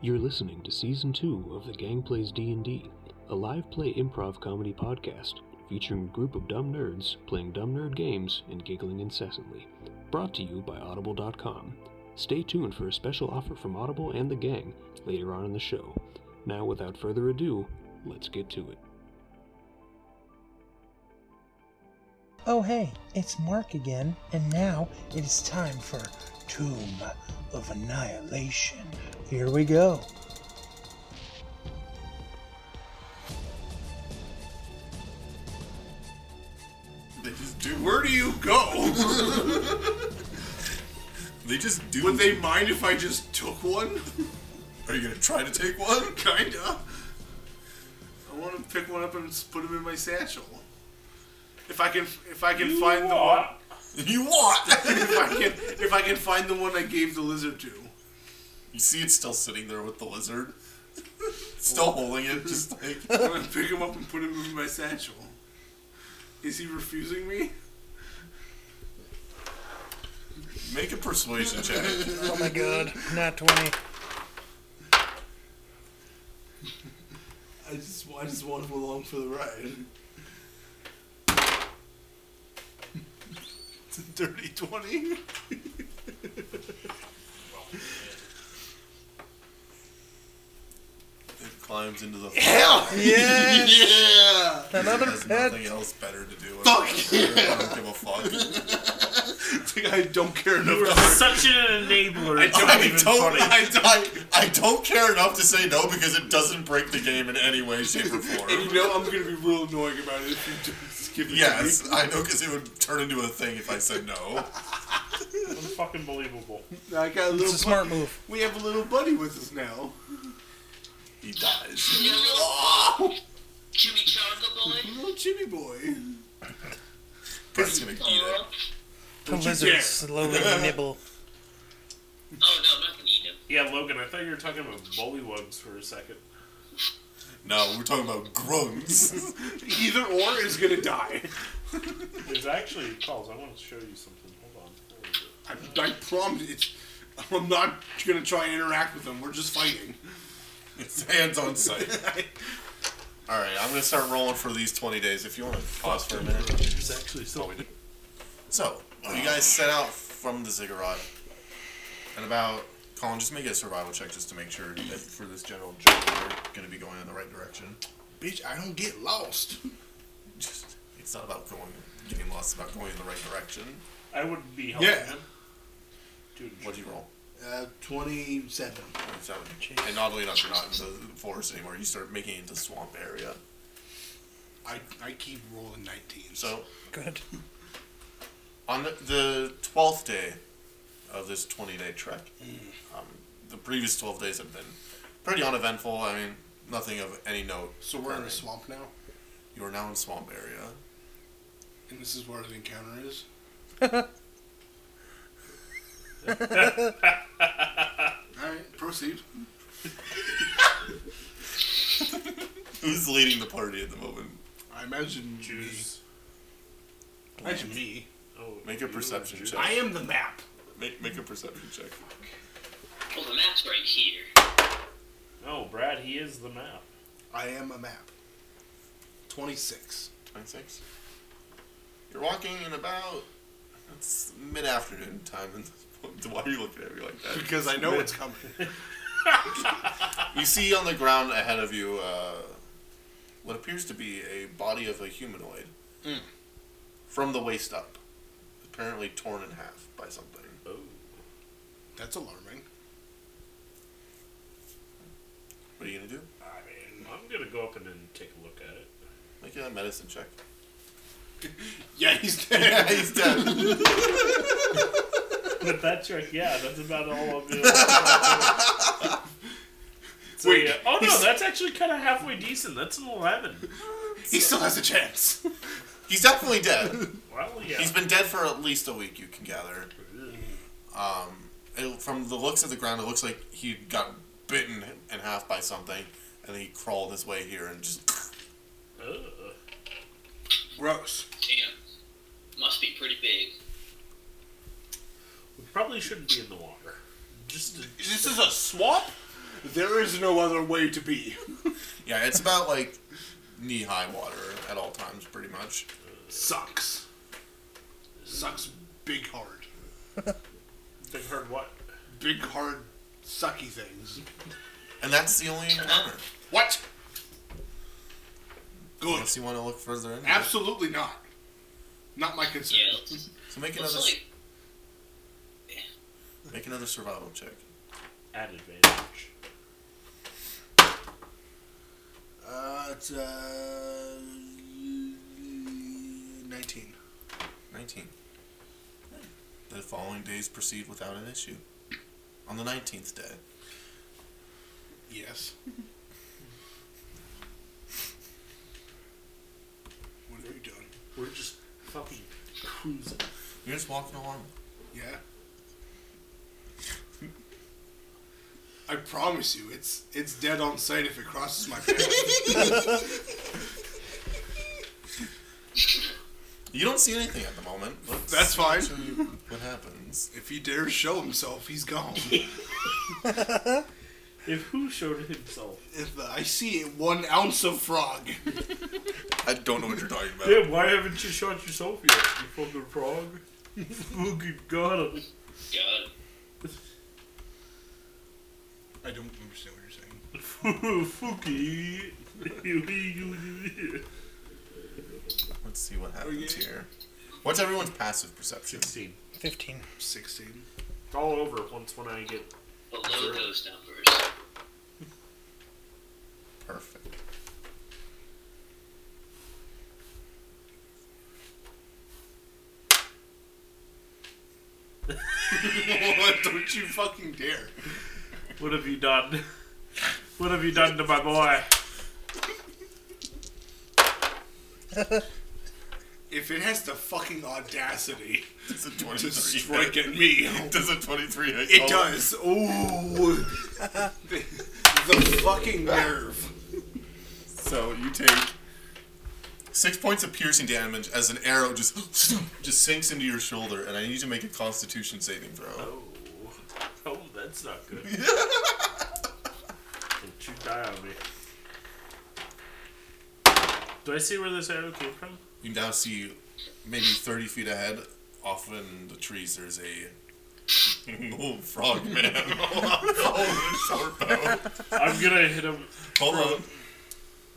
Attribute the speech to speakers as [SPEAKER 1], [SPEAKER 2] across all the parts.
[SPEAKER 1] You're listening to season 2 of The Gang Plays D&D, a live play improv comedy podcast featuring a group of dumb nerds playing dumb nerd games and giggling incessantly. Brought to you by audible.com. Stay tuned for a special offer from Audible and the gang later on in the show. Now without further ado, let's get to it.
[SPEAKER 2] Oh, hey, it's Mark again, and now it is time for Tomb of Annihilation. Here we go.
[SPEAKER 3] They just do. Where do you go?
[SPEAKER 4] They just do.
[SPEAKER 3] Would they mind if I just took one?
[SPEAKER 4] Are you gonna try to take one?
[SPEAKER 3] Kinda. I want to pick one up and just put them in my satchel. If I can, if I can find the one,
[SPEAKER 4] You want?
[SPEAKER 3] if I can, if I can find the one I gave the lizard to.
[SPEAKER 4] you see, it's still sitting there with the lizard, still holding it, just like
[SPEAKER 3] I'm gonna pick him up and put him in my satchel. Is he refusing me?
[SPEAKER 4] make a persuasion check.
[SPEAKER 2] Oh my god, not 20.
[SPEAKER 3] I just, I just want him along for the ride. It's a dirty twenty.
[SPEAKER 4] It climbs into the.
[SPEAKER 3] Hell
[SPEAKER 2] Yes!
[SPEAKER 3] yeah!
[SPEAKER 2] Another
[SPEAKER 4] It has
[SPEAKER 2] pet.
[SPEAKER 4] nothing else better to do.
[SPEAKER 3] Fuck
[SPEAKER 4] I don't give a fuck.
[SPEAKER 3] I don't care enough.
[SPEAKER 5] You're such an enabler.
[SPEAKER 3] I
[SPEAKER 5] It's
[SPEAKER 3] don't
[SPEAKER 5] not
[SPEAKER 4] I
[SPEAKER 5] even
[SPEAKER 4] don't,
[SPEAKER 5] funny.
[SPEAKER 4] I, don't, I don't care enough to say no because it doesn't break the game in any way, shape, or
[SPEAKER 3] And you
[SPEAKER 4] form.
[SPEAKER 3] know I'm gonna be real annoying about it if you just give it
[SPEAKER 4] Yes, I know because it would turn into a thing if I said no.
[SPEAKER 5] Fucking believable.
[SPEAKER 3] to me. I got a little.
[SPEAKER 2] It's a smart move.
[SPEAKER 3] We have a little buddy with us now.
[SPEAKER 4] He dies.
[SPEAKER 6] Chimichanga boy?
[SPEAKER 3] Oh, Little Jimmy boy.
[SPEAKER 4] He's gonna eat it.
[SPEAKER 6] Aw.
[SPEAKER 2] The
[SPEAKER 3] you
[SPEAKER 2] lizard
[SPEAKER 3] dare.
[SPEAKER 2] slowly nibble.
[SPEAKER 6] Oh no, I'm not gonna eat him.
[SPEAKER 5] Yeah, Logan, I thought you were talking about bullywugs for a second.
[SPEAKER 4] No, we're talking about grunts.
[SPEAKER 3] Either or is gonna die.
[SPEAKER 5] There's actually calls. I want to show you something. Hold on. Where is it?
[SPEAKER 3] I, I promise. It's, I'm not gonna try and interact with them. We're just fighting.
[SPEAKER 4] It's hands on sight. All right, I'm gonna start rolling for these 20 days. If you want to pause for a minute.
[SPEAKER 3] There's actually something.
[SPEAKER 4] So, you guys set out from the ziggurat, and about Colin, just make a survival check just to make sure that for this general journey we're gonna be going in the right direction.
[SPEAKER 3] Bitch, I don't get lost.
[SPEAKER 4] Just, it's not about going getting lost, it's about going in the right direction.
[SPEAKER 5] I would be helping
[SPEAKER 3] Yeah.
[SPEAKER 5] him. Dude,
[SPEAKER 4] What'd you roll?
[SPEAKER 3] Uh, 27.
[SPEAKER 4] Seven. And oddly enough, you're not in the forest anymore. You start making it into swamp area.
[SPEAKER 3] I, I keep rolling 19.
[SPEAKER 4] So
[SPEAKER 2] Good.
[SPEAKER 4] On the- the twelfth day of this twenty-day trek,
[SPEAKER 3] Mm.
[SPEAKER 4] um, the previous twelve days have been pretty uneventful. I mean, nothing of any note.
[SPEAKER 3] so we're in
[SPEAKER 4] occurring.
[SPEAKER 3] a swamp now,
[SPEAKER 4] You are now in swamp area.
[SPEAKER 3] and this is where the encounter is. Alright, proceed.
[SPEAKER 4] Who's leading the party at the moment?
[SPEAKER 3] I imagine
[SPEAKER 5] Jews.
[SPEAKER 3] Me. Imagine me.
[SPEAKER 5] Oh,
[SPEAKER 4] Make a
[SPEAKER 5] you
[SPEAKER 4] perception
[SPEAKER 5] Jews.
[SPEAKER 4] check.
[SPEAKER 3] I am the map.
[SPEAKER 4] Make make a perception check.
[SPEAKER 6] Well, the map's right here.
[SPEAKER 5] No, Brad, he is the map.
[SPEAKER 3] I am a map. 26.
[SPEAKER 4] Twenty-six. You're walking in about it's mid-afternoon time. In this point. Why are you looking at me like that?
[SPEAKER 3] Because I know it's coming.
[SPEAKER 4] You see on the ground ahead of you uh, what appears to be a body of a humanoid
[SPEAKER 3] Mm.
[SPEAKER 4] from the waist up, apparently torn in half by something.
[SPEAKER 5] Oh.
[SPEAKER 3] That's alarming.
[SPEAKER 4] What are you gonna do?
[SPEAKER 5] I mean, I'm going to go up and then take a look at it.
[SPEAKER 4] Make a medicine check.
[SPEAKER 3] Yeah, he's
[SPEAKER 4] yeah,
[SPEAKER 3] dead.
[SPEAKER 4] he's dead.
[SPEAKER 5] With that trick, yeah, that's about all of it. So,
[SPEAKER 3] Wait,
[SPEAKER 5] yeah. Oh, no,
[SPEAKER 3] he's-
[SPEAKER 5] that's actually kind of halfway decent. That's an 11.
[SPEAKER 3] he still has a chance.
[SPEAKER 4] he's definitely dead.
[SPEAKER 5] Well, yeah.
[SPEAKER 4] He's been dead for at least a week. You can gather. Um, it- from the looks of the ground, it looks like he got bitten in half by something, and then he crawled his way here and just.
[SPEAKER 5] Ugh.
[SPEAKER 3] Gross.
[SPEAKER 6] Damn. Must be pretty big.
[SPEAKER 5] We probably shouldn't be in the water. Just
[SPEAKER 3] This is a swamp? There is no other way to be.
[SPEAKER 4] Yeah, it's about like knee high water at all times, pretty much.
[SPEAKER 3] Sucks. Sucks big hard.
[SPEAKER 5] Big hard what?
[SPEAKER 3] Big hard sucky things.
[SPEAKER 4] And that's the only encounter.
[SPEAKER 3] What? Good.
[SPEAKER 4] Unless you want to look further into it.
[SPEAKER 3] Absolutely not. Not my concern.
[SPEAKER 6] Yeah, let's,
[SPEAKER 4] So make another
[SPEAKER 6] let's
[SPEAKER 4] s-
[SPEAKER 6] like
[SPEAKER 4] make another survival check.
[SPEAKER 5] At advantage.
[SPEAKER 3] Uh, it's uh, nineteen.
[SPEAKER 4] Nineteen. The following days proceed without an issue. On the nineteenth day,
[SPEAKER 3] Yes. what are you doing?
[SPEAKER 5] We're just fucking cruising.
[SPEAKER 4] you're just walking along.
[SPEAKER 3] Yeah. I promise you, it's it's dead on sight if it crosses my path.
[SPEAKER 4] You don't see anything at the moment. Let's
[SPEAKER 3] That's fine.
[SPEAKER 4] show you what happens?
[SPEAKER 3] if he dares show himself, he's gone.
[SPEAKER 5] If who showed himself?
[SPEAKER 3] if I see one ounce of frog,
[SPEAKER 4] I don't know what you're talking about.
[SPEAKER 5] Yeah, why haven't you shot yourself yet? You fucking frog. fucking got him.
[SPEAKER 6] God.
[SPEAKER 3] I don't understand what you're saying.
[SPEAKER 5] Fucking.
[SPEAKER 4] Let's see what happens here. What's everyone's passive perception?
[SPEAKER 5] Sixteen.
[SPEAKER 2] 15.
[SPEAKER 3] Sixteen.
[SPEAKER 5] All over once when I get.
[SPEAKER 6] Below
[SPEAKER 5] Zero.
[SPEAKER 6] those numbers.
[SPEAKER 4] Perfect.
[SPEAKER 3] What? Don't you fucking dare!
[SPEAKER 5] What have you done? What have you done to my boy?
[SPEAKER 3] If it has the fucking audacity
[SPEAKER 4] Does a
[SPEAKER 3] to
[SPEAKER 4] 23
[SPEAKER 3] strike
[SPEAKER 4] hit?
[SPEAKER 3] at me,
[SPEAKER 4] Does a 23 hit?
[SPEAKER 3] it
[SPEAKER 4] Oh,
[SPEAKER 3] does. Ooh, the, the fucking nerve.
[SPEAKER 4] So you take six points of piercing damage as an arrow just just sinks into your shoulder, and I need you to make a Constitution saving throw.
[SPEAKER 5] Oh, oh, that's not good. Don't you die on me. Do I see where this arrow came from?
[SPEAKER 4] You now see maybe 30 feet ahead, off in the trees, there's a old frog man. Hold on, short bow.
[SPEAKER 5] I'm gonna hit him.
[SPEAKER 4] Hold on.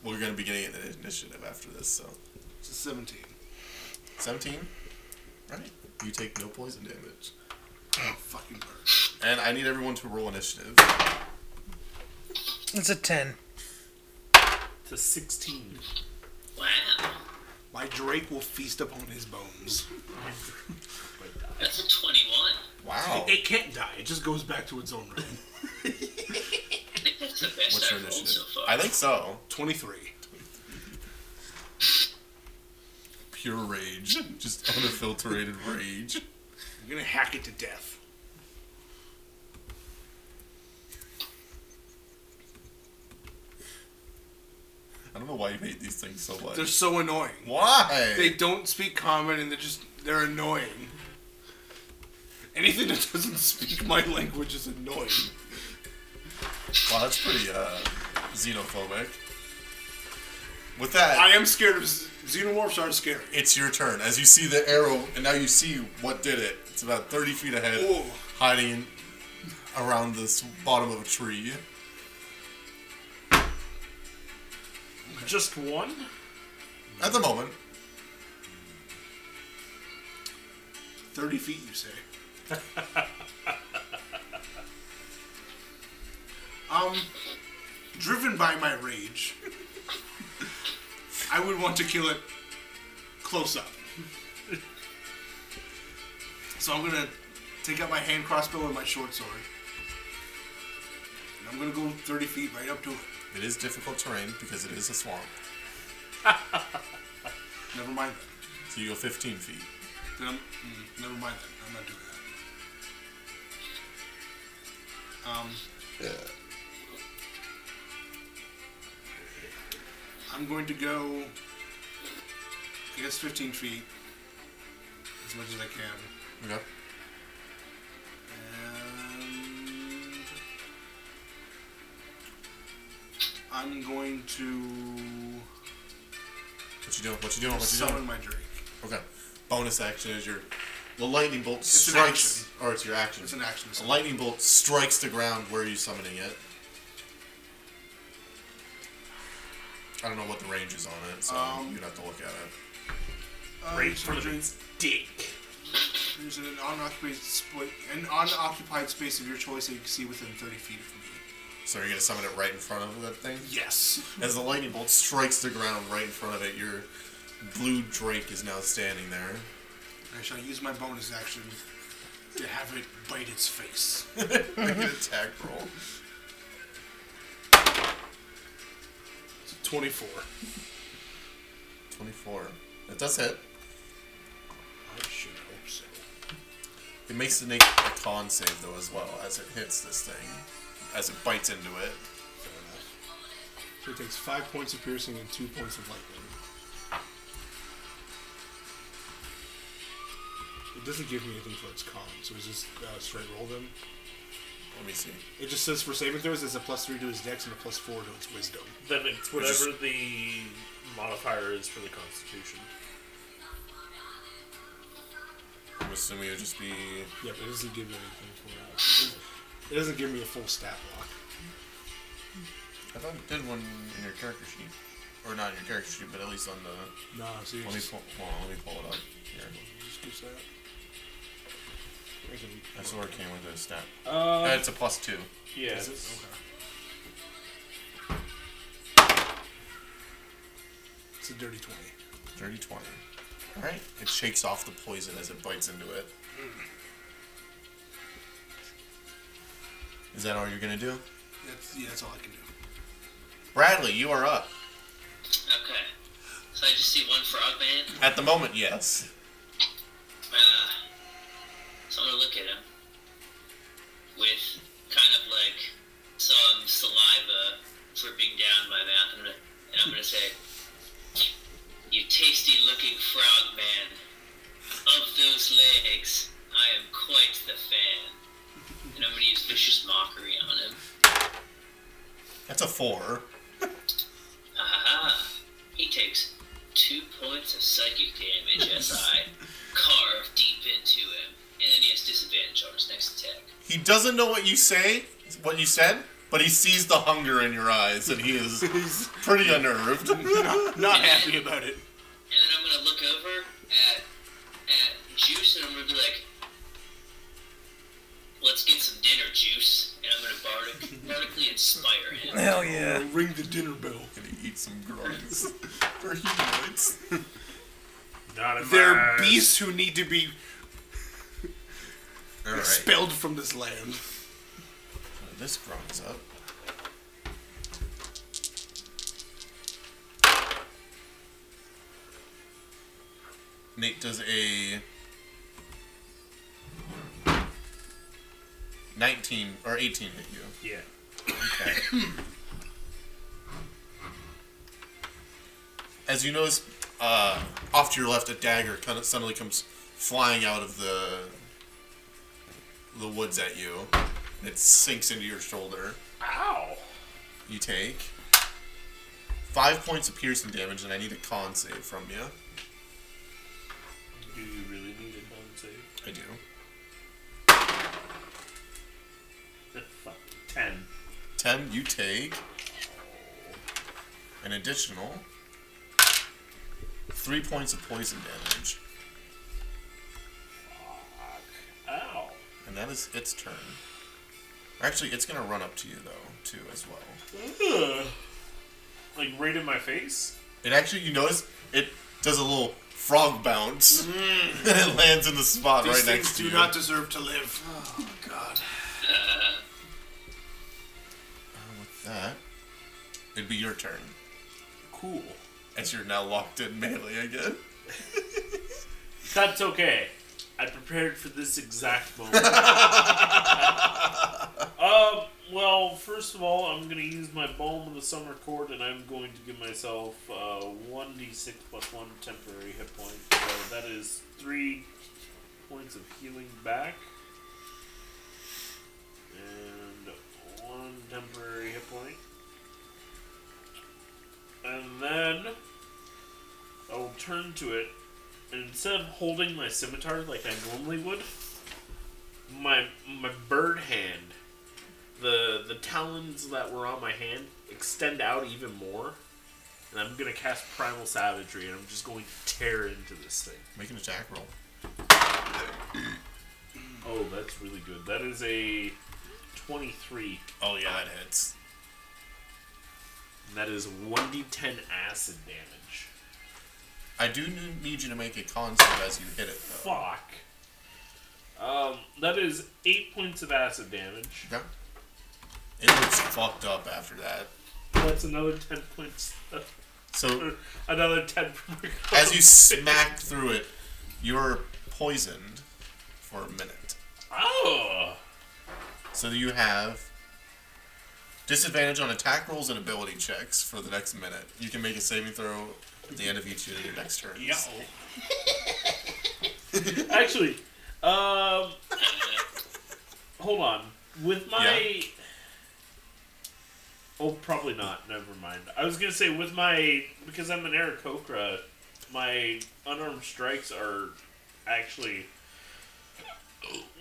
[SPEAKER 4] We're gonna be getting an initiative after this, so
[SPEAKER 3] It's a seventeen.
[SPEAKER 4] 17. Right. You take no poison damage.
[SPEAKER 3] Oh, fucking bird.
[SPEAKER 4] And I need everyone to roll initiative.
[SPEAKER 2] It's a 10.
[SPEAKER 5] It's a 16.
[SPEAKER 6] Wow.
[SPEAKER 3] My Drake will feast upon his bones.
[SPEAKER 6] That's a 21.
[SPEAKER 4] Wow.
[SPEAKER 3] It can't die. It just goes back to its own realm.
[SPEAKER 6] I think that's the best
[SPEAKER 4] What's your
[SPEAKER 6] I've rolled so
[SPEAKER 4] initiative?
[SPEAKER 6] far.
[SPEAKER 4] I think so.
[SPEAKER 3] Twenty-three.
[SPEAKER 4] pure rage, just unadulterated rage.
[SPEAKER 3] I'm gonna hack it to death.
[SPEAKER 4] I don't know why you hate these things so much.
[SPEAKER 3] They're so annoying.
[SPEAKER 4] why?
[SPEAKER 3] They don't speak common, and they're just they're annoying. Anything that doesn't speak my language is annoying.
[SPEAKER 4] wow, that's pretty uh, xenophobic. With that,
[SPEAKER 3] I am scared of z- xenomorphs. Are scary.
[SPEAKER 4] it's your turn. As you see the arrow, and now you see what did it. It's about thirty feet ahead,
[SPEAKER 3] Ooh.
[SPEAKER 4] hiding in, around this bottom of a tree.
[SPEAKER 5] Just one?
[SPEAKER 4] At the moment,
[SPEAKER 3] Thirty feet, you say? um, driven by my rage, I would want to kill it close up. So I'm gonna take out my hand crossbow and my short sword, and I'm gonna go thirty feet right up to it.
[SPEAKER 4] it is difficult terrain because it is a swamp.
[SPEAKER 3] Never mind that.
[SPEAKER 4] So you go fifteen feet.
[SPEAKER 3] Then I'm, mm, never mind that. I'm not doing that. Um, I'm going to go, I guess, 15 feet, as much as I can.
[SPEAKER 4] Okay.
[SPEAKER 3] And I'm going to
[SPEAKER 4] What you doing? What you doing? What you
[SPEAKER 3] summon
[SPEAKER 4] doing?
[SPEAKER 3] my Drake.
[SPEAKER 4] Okay. Bonus action is your the lightning bolt
[SPEAKER 3] It's an
[SPEAKER 4] strikes, or it's your action.
[SPEAKER 3] It's an action.
[SPEAKER 4] The lightning bolt strikes the ground where you're summoning it. I don't know what the range is on it, so
[SPEAKER 3] Um,
[SPEAKER 4] you'd have to look at it.
[SPEAKER 3] Uh,
[SPEAKER 7] Um, Rage
[SPEAKER 3] for
[SPEAKER 7] for
[SPEAKER 3] Drake,
[SPEAKER 7] the dick.
[SPEAKER 3] There's an unoccupied, sp- an unoccupied space of your choice that you can see within 30 feet of me.
[SPEAKER 4] So you're gonna summon it right in front of that thing.
[SPEAKER 3] Yes.
[SPEAKER 4] As the lightning bolt strikes the ground right in front of it, your blue drake is now standing there.
[SPEAKER 3] I shall use my bonus action to have it bite its face.
[SPEAKER 4] Make an attack roll.
[SPEAKER 3] It's a 24.
[SPEAKER 4] Twenty-four. It does hit.
[SPEAKER 3] I should hope so.
[SPEAKER 4] It makes the snake a con save though as well as it hits this thing, as it bites into it.
[SPEAKER 3] Fair enough. So it takes 5 points of piercing and 2 points of lightning. It doesn't give me anything for its con, so it's just uh, straight roll them.
[SPEAKER 4] Let me see.
[SPEAKER 3] It just says for saving throws, it's a plus 3 to his dex and a plus 4 to its wisdom.
[SPEAKER 7] Then it's whatever the modifier is for the Constitution.
[SPEAKER 4] I'm assuming it would just be.
[SPEAKER 3] Yeah, but it doesn't give me anything for it. It doesn't give me a full stat block.
[SPEAKER 4] I thought it did one in your character sheet, or not in your character sheet, but at least on the.
[SPEAKER 3] No, see,
[SPEAKER 4] Let me pull. Hold on, let me pull it up. Here,
[SPEAKER 3] just gives that.
[SPEAKER 4] I saw it came with a stat. Uh,
[SPEAKER 5] Uh,
[SPEAKER 4] it's a plus two.
[SPEAKER 5] yeah.
[SPEAKER 3] Is it?
[SPEAKER 5] it's-
[SPEAKER 3] Okay. It's a dirty 20.
[SPEAKER 4] Dirty 20. Alright. It shakes off the poison as it bites into it. Is that all you're gonna do?
[SPEAKER 3] That's, yeah, that's all I can do.
[SPEAKER 4] Bradley, you are up.
[SPEAKER 6] Okay. So I just see one frog man.
[SPEAKER 4] At the moment, yes.
[SPEAKER 6] Uh, so I'm gonna look at him with kind of like some saliva dripping down my mouth, and, and I'm gonna say, "You tasty-looking frog man. Of those legs, I am quite the fan." And I'm gonna use vicious mockery on him.
[SPEAKER 4] That's a four.
[SPEAKER 6] Aha! He takes two points of psychic damage as I carve deep into him, and then he has disadvantage on his next attack.
[SPEAKER 4] He doesn't know what you say, what you said, but he sees the hunger in your eyes and he is pretty unnerved.
[SPEAKER 7] Not happy about it.
[SPEAKER 6] And then I'm gonna look over at at Juice, and I'm gonna be like, "Let's get some dinner, Juice." And I'm gonna bardic, bardically inspire him.
[SPEAKER 2] Hell yeah.
[SPEAKER 3] Ring the dinner bell.
[SPEAKER 4] And he eats some grunts. For humanoids.
[SPEAKER 7] Not in
[SPEAKER 3] They're
[SPEAKER 7] my eyes.
[SPEAKER 3] beasts who need to be
[SPEAKER 4] Alright.
[SPEAKER 3] expelled from this land.
[SPEAKER 4] Oh, This grows up. Nate does a 19 or 18 hit you.
[SPEAKER 7] Yeah.
[SPEAKER 4] As you notice, uh, off to your left, a dagger kind of suddenly comes flying out of the the woods at you, and it sinks into your shoulder.
[SPEAKER 7] Ow.
[SPEAKER 4] You take five points of piercing damage, and I need a con save from you.
[SPEAKER 7] Do you really need a bone save?
[SPEAKER 4] I do.
[SPEAKER 7] Fuck. Ten.
[SPEAKER 4] Ten. You take an additional three points of poison damage,
[SPEAKER 7] Ow.
[SPEAKER 4] and that is its turn. Actually, it's gonna run up to you though, too, as well.
[SPEAKER 7] Ugh. Like right in my face?
[SPEAKER 4] It actually, you notice, it does a little frog bounce, and it lands in the spot
[SPEAKER 3] Mm. These
[SPEAKER 4] right
[SPEAKER 3] things
[SPEAKER 4] next to
[SPEAKER 3] do
[SPEAKER 4] you.
[SPEAKER 3] not deserve to live. Oh, God.
[SPEAKER 6] Uh,
[SPEAKER 4] And With that, it'd be your turn,
[SPEAKER 7] Cool.
[SPEAKER 4] as you're now locked in melee again.
[SPEAKER 7] That's okay. I prepared for this exact moment. uh, well, first of all, I'm going to use my Balm of the Summer Court, and I'm going to give myself uh, 1d6 plus 1 temporary hit point. So that is 3 points of healing back. And 1 temporary hit point. turn to it, and instead of holding my scimitar like I normally would, my my bird hand, the the talons that were on my hand extend out even more, and I'm gonna cast primal savagery, and I'm just going to tear into this thing.
[SPEAKER 4] Make an attack roll.
[SPEAKER 7] Oh, that's really good. That is a twenty-three.
[SPEAKER 4] Oh yeah, that hits.
[SPEAKER 7] And that is one d10 acid damage.
[SPEAKER 4] I do n- need you to make a con save as you hit it though.
[SPEAKER 7] Fuck. Um, that is eight points of acid damage.
[SPEAKER 4] Okay. It looks fucked up after that.
[SPEAKER 7] That's another ten points.
[SPEAKER 4] So
[SPEAKER 7] another ten. from your
[SPEAKER 4] as you
[SPEAKER 7] con.
[SPEAKER 4] smack through it, you're poisoned for a minute.
[SPEAKER 7] Oh.
[SPEAKER 4] So you have disadvantage on attack rolls and ability checks for the next minute. You can make a saving throw at the end of each of your next turns.
[SPEAKER 7] Actually, um, hold on. With my, oh, probably not. Never mind. I was gonna say with my because I'm an Aarakocra, my unarmed strikes are actually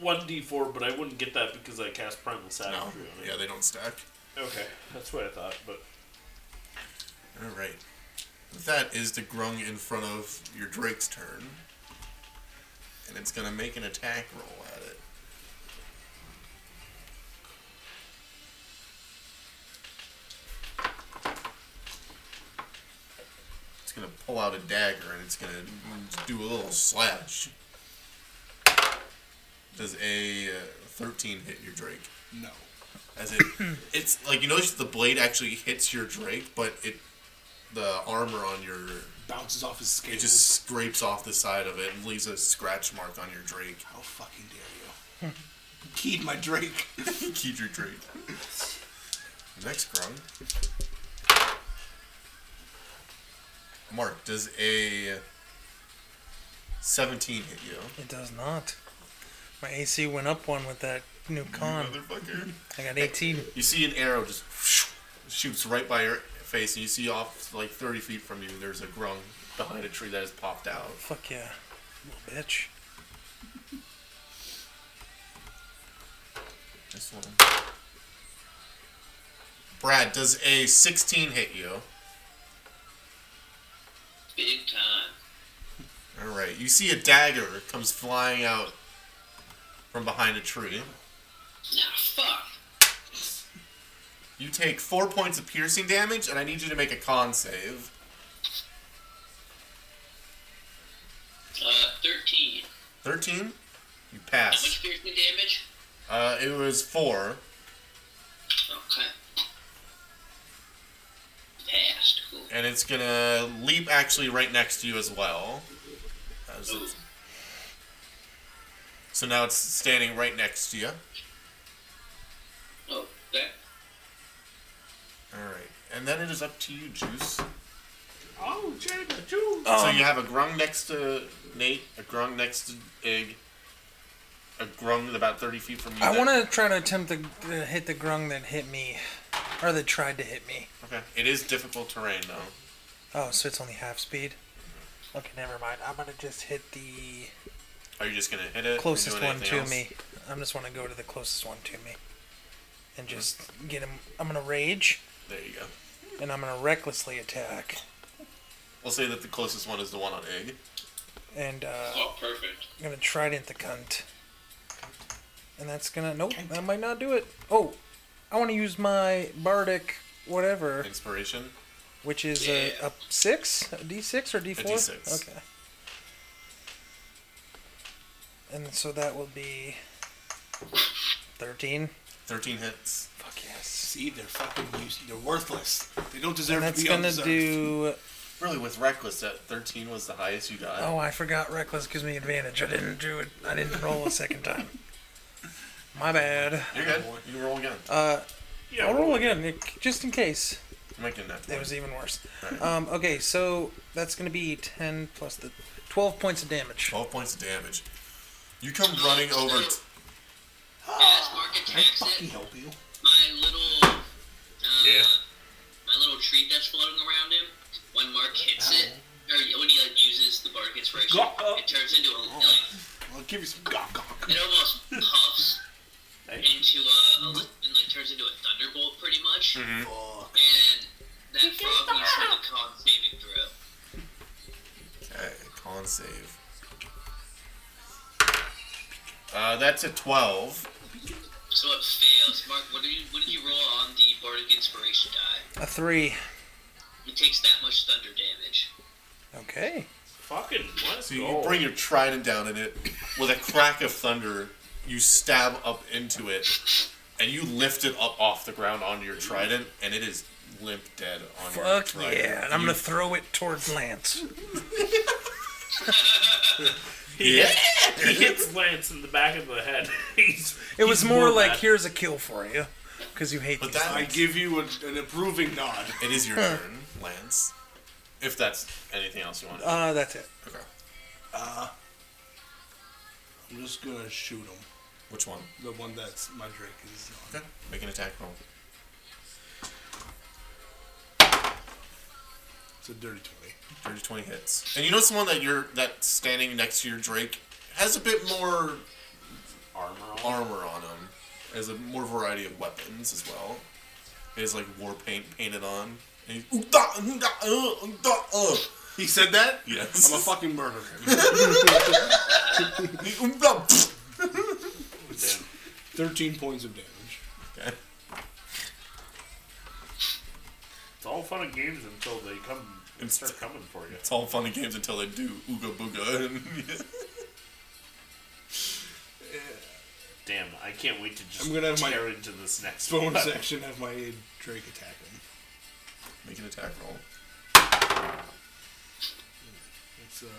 [SPEAKER 7] one d4, but I wouldn't get that because I cast Primal Savagery.
[SPEAKER 4] No,
[SPEAKER 7] on it.
[SPEAKER 4] yeah, they don't stack.
[SPEAKER 7] Okay, that's what I thought. But
[SPEAKER 4] All right. That is the grung in front of your Drake's turn, and it's gonna make an attack roll at it. It's gonna pull out a dagger and it's gonna do a little slash. Does a uh, thirteen hit your Drake?
[SPEAKER 3] No.
[SPEAKER 4] As it, it's like you notice the blade actually hits your Drake, but it, the armor on your,
[SPEAKER 3] Bounces off his scales.
[SPEAKER 4] it just scrapes off the side of it and leaves a scratch mark on your Drake.
[SPEAKER 3] How fucking dare you? Keyed my Drake.
[SPEAKER 4] Keep your Drake. Next grung. Mark, does a seventeen hit you?
[SPEAKER 2] It does not. My AC went up one with that new con.
[SPEAKER 4] Motherfucker.
[SPEAKER 2] I got 18.
[SPEAKER 4] You see an arrow just shoots right by your face, and you see off like 30 feet from you, there's a grung behind a tree that has popped out.
[SPEAKER 2] Fuck yeah. Little bitch.
[SPEAKER 4] This one. Brad, does a 16 hit you?
[SPEAKER 6] Big time.
[SPEAKER 4] Alright, you see a dagger comes flying out from behind a tree.
[SPEAKER 6] Nah, fuck.
[SPEAKER 4] You take four points of piercing damage, and I need you to make a con save.
[SPEAKER 6] Uh, 13.
[SPEAKER 4] 13? You
[SPEAKER 6] How much
[SPEAKER 4] pass.
[SPEAKER 6] piercing damage?
[SPEAKER 4] Uh, it was four.
[SPEAKER 6] Okay. Passed. Cool.
[SPEAKER 4] and it's gonna leap actually right next to you as well. As it- so now it's standing right next to you.
[SPEAKER 6] Oh, that.
[SPEAKER 4] All right, and then it is up to you, Juice.
[SPEAKER 7] oh, Jada, Jules.
[SPEAKER 4] so
[SPEAKER 2] Um,
[SPEAKER 4] you have a grung next to Nate, a grung next to Ig, a grung about thirty feet from you.
[SPEAKER 2] I
[SPEAKER 4] that-
[SPEAKER 2] want to try to attempt to to hit the grung that hit me, or that tried to hit me.
[SPEAKER 4] Okay, it is difficult terrain though.
[SPEAKER 2] Oh, so it's only half speed. Okay, never mind. I'm gonna just hit the
[SPEAKER 4] Are you just gonna hit it? or
[SPEAKER 2] closest
[SPEAKER 4] doing
[SPEAKER 2] one
[SPEAKER 4] anything
[SPEAKER 2] to
[SPEAKER 4] else?
[SPEAKER 2] me. I'm just want to go to the closest one to me, and just get him. I'm gonna rage,
[SPEAKER 4] There you go.
[SPEAKER 2] and I'm gonna recklessly attack.
[SPEAKER 4] We'll say that the closest one is the one on Ig.
[SPEAKER 2] And uh,
[SPEAKER 6] Oh, perfect.
[SPEAKER 2] I'm gonna trident the cunt. And that's gonna nope. That might not do it. Oh, I want to use my bardic whatever,
[SPEAKER 4] Inspiration.
[SPEAKER 2] which is a,
[SPEAKER 6] Yeah.
[SPEAKER 2] a six, a d six or d four.
[SPEAKER 4] D6.
[SPEAKER 2] Okay. And so that will be thirteen.
[SPEAKER 4] Thirteen hits.
[SPEAKER 2] Fuck yes.
[SPEAKER 3] See, they're fucking use They're worthless. They don't deserve
[SPEAKER 2] And that's
[SPEAKER 3] to be
[SPEAKER 2] gonna
[SPEAKER 3] undeserved.
[SPEAKER 2] do.
[SPEAKER 4] Really, with reckless, that thirteen was the highest you got.
[SPEAKER 2] Oh, I forgot. Reckless gives me advantage. I didn't do it. I didn't roll a second time. My bad.
[SPEAKER 4] You're good. You can roll again.
[SPEAKER 2] Uh,
[SPEAKER 7] Yeah,
[SPEAKER 2] I'll
[SPEAKER 7] roll
[SPEAKER 2] roll again Nick, just in case.
[SPEAKER 4] Make it net.
[SPEAKER 2] It was even worse.
[SPEAKER 4] Alright.
[SPEAKER 2] Um, okay, so that's gonna be ten plus the twelve points of damage.
[SPEAKER 4] 12 points of damage. You come running over. T-
[SPEAKER 6] As Mark
[SPEAKER 3] Can I
[SPEAKER 6] attacks
[SPEAKER 3] fucking
[SPEAKER 6] it,
[SPEAKER 3] help you?
[SPEAKER 6] my little. Uh,
[SPEAKER 7] Yeah.
[SPEAKER 6] My little treat that's floating around him, when Mark hits it, or when he like uses inspiration. It turns into a like,
[SPEAKER 3] I'll give you some gawk gawk.
[SPEAKER 6] it almost puffs into a, a li- and like turns into a thunderbolt pretty much.
[SPEAKER 3] Fuck.
[SPEAKER 6] And that frog needs to make a con saving throw.
[SPEAKER 4] Okay, con save. Uh, that's a 12.
[SPEAKER 6] So it fails. Mark, what did you what did you roll on the bardic inspiration die?
[SPEAKER 2] A three.
[SPEAKER 6] It takes that much thunder damage.
[SPEAKER 2] Okay.
[SPEAKER 7] Fucking Oh. let's
[SPEAKER 4] So you
[SPEAKER 7] go.
[SPEAKER 4] bring your trident down in it. With a crack of thunder, you stab up into it, and you lift it up off the ground onto your trident, and it is limp dead on your
[SPEAKER 2] Fuck
[SPEAKER 4] trident.
[SPEAKER 2] yeah. And I'm going to throw it towards Lance.
[SPEAKER 4] Yeah!
[SPEAKER 7] he hits Lance in the back of the head. he's,
[SPEAKER 2] It was
[SPEAKER 7] he's
[SPEAKER 2] more, like,
[SPEAKER 7] mad.
[SPEAKER 2] here's a kill for you. Because you hate
[SPEAKER 4] But
[SPEAKER 2] these
[SPEAKER 4] that-
[SPEAKER 3] I give you a, an approving nod.
[SPEAKER 4] It is your turn, Lance. If that's anything else you want. to
[SPEAKER 2] Uh, that's it.
[SPEAKER 4] okay.
[SPEAKER 3] I'm just gonna shoot him.
[SPEAKER 4] Which one?
[SPEAKER 3] The one that's my drink is on.
[SPEAKER 4] Okay. Make an attack roll.
[SPEAKER 3] It's a dirty twenty.
[SPEAKER 4] 30 20 hits. And you know someone that you're that standing next to your Drake has a bit more
[SPEAKER 7] armor on.
[SPEAKER 4] armor on him. Has a more variety of weapons as well. He has like war paint painted on. And he's, "Ooh, da, ooh, da, uh, ooh, da, uh."
[SPEAKER 3] He said that?
[SPEAKER 4] Yes.
[SPEAKER 3] I'm a fucking murderer.
[SPEAKER 4] He, "Ooh, da, pfft."
[SPEAKER 3] Thirteen points of damage.
[SPEAKER 4] Okay.
[SPEAKER 7] It's all fun and games until they come and
[SPEAKER 4] It's-
[SPEAKER 7] start coming for you.
[SPEAKER 4] It's all fun and games until they do ooga booga. And
[SPEAKER 7] Damn, I can't wait to just
[SPEAKER 3] I'm gonna have my
[SPEAKER 7] tear into this next one.
[SPEAKER 3] Bonus action have my Drake attack him.
[SPEAKER 4] Make an attack roll.
[SPEAKER 3] It's uh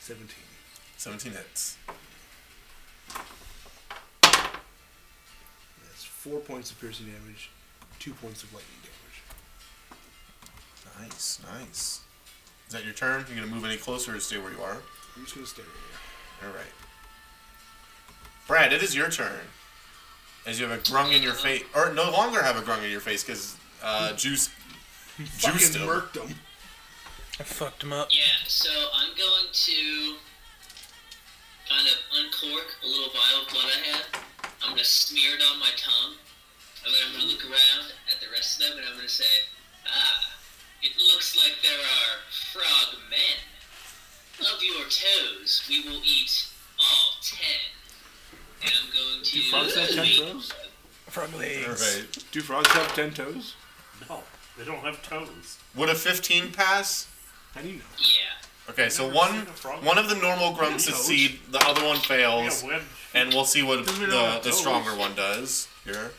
[SPEAKER 3] seventeen.
[SPEAKER 4] 17 hits.
[SPEAKER 3] That's four points of piercing damage, two points of lightning damage.
[SPEAKER 4] Nice, nice. Is that your turn? You're gonna move any closer or stay where you are?
[SPEAKER 3] I'm just gonna stay right
[SPEAKER 4] All right. Brad, it is your turn. As you have a grung in your face, or no longer have a grung in your face, because uh, juice,
[SPEAKER 3] here.
[SPEAKER 4] juiced
[SPEAKER 3] Fucking
[SPEAKER 4] him.
[SPEAKER 3] murked him.
[SPEAKER 2] I fucked him up.
[SPEAKER 6] Yeah, so I'm going to kind of uncork a little vial of blood I had. I'm going to smear it on my tongue, and then I'm going to look around at the rest of them, and I'm going to say, Ah, it looks like there are frog men. Of your toes, we will eat all ten. And I'm going to.
[SPEAKER 3] frogs have 10
[SPEAKER 6] wait.
[SPEAKER 3] toes?
[SPEAKER 2] Frog legs.
[SPEAKER 4] All right.
[SPEAKER 3] Do frogs have ten toes?
[SPEAKER 7] No, they don't have toes.
[SPEAKER 4] Would a 15 pass?
[SPEAKER 3] How do you know?
[SPEAKER 6] Yeah.
[SPEAKER 4] Okay, so
[SPEAKER 7] Never
[SPEAKER 4] one
[SPEAKER 7] seen a frog.
[SPEAKER 4] one of the normal grungs
[SPEAKER 3] Yeah, toes.
[SPEAKER 4] succeed, the other one
[SPEAKER 7] Yeah,
[SPEAKER 4] fails,
[SPEAKER 7] when
[SPEAKER 4] and we'll see what
[SPEAKER 3] Doesn't mean I
[SPEAKER 4] the,
[SPEAKER 3] have
[SPEAKER 4] the
[SPEAKER 3] toes.
[SPEAKER 4] stronger one does. Here.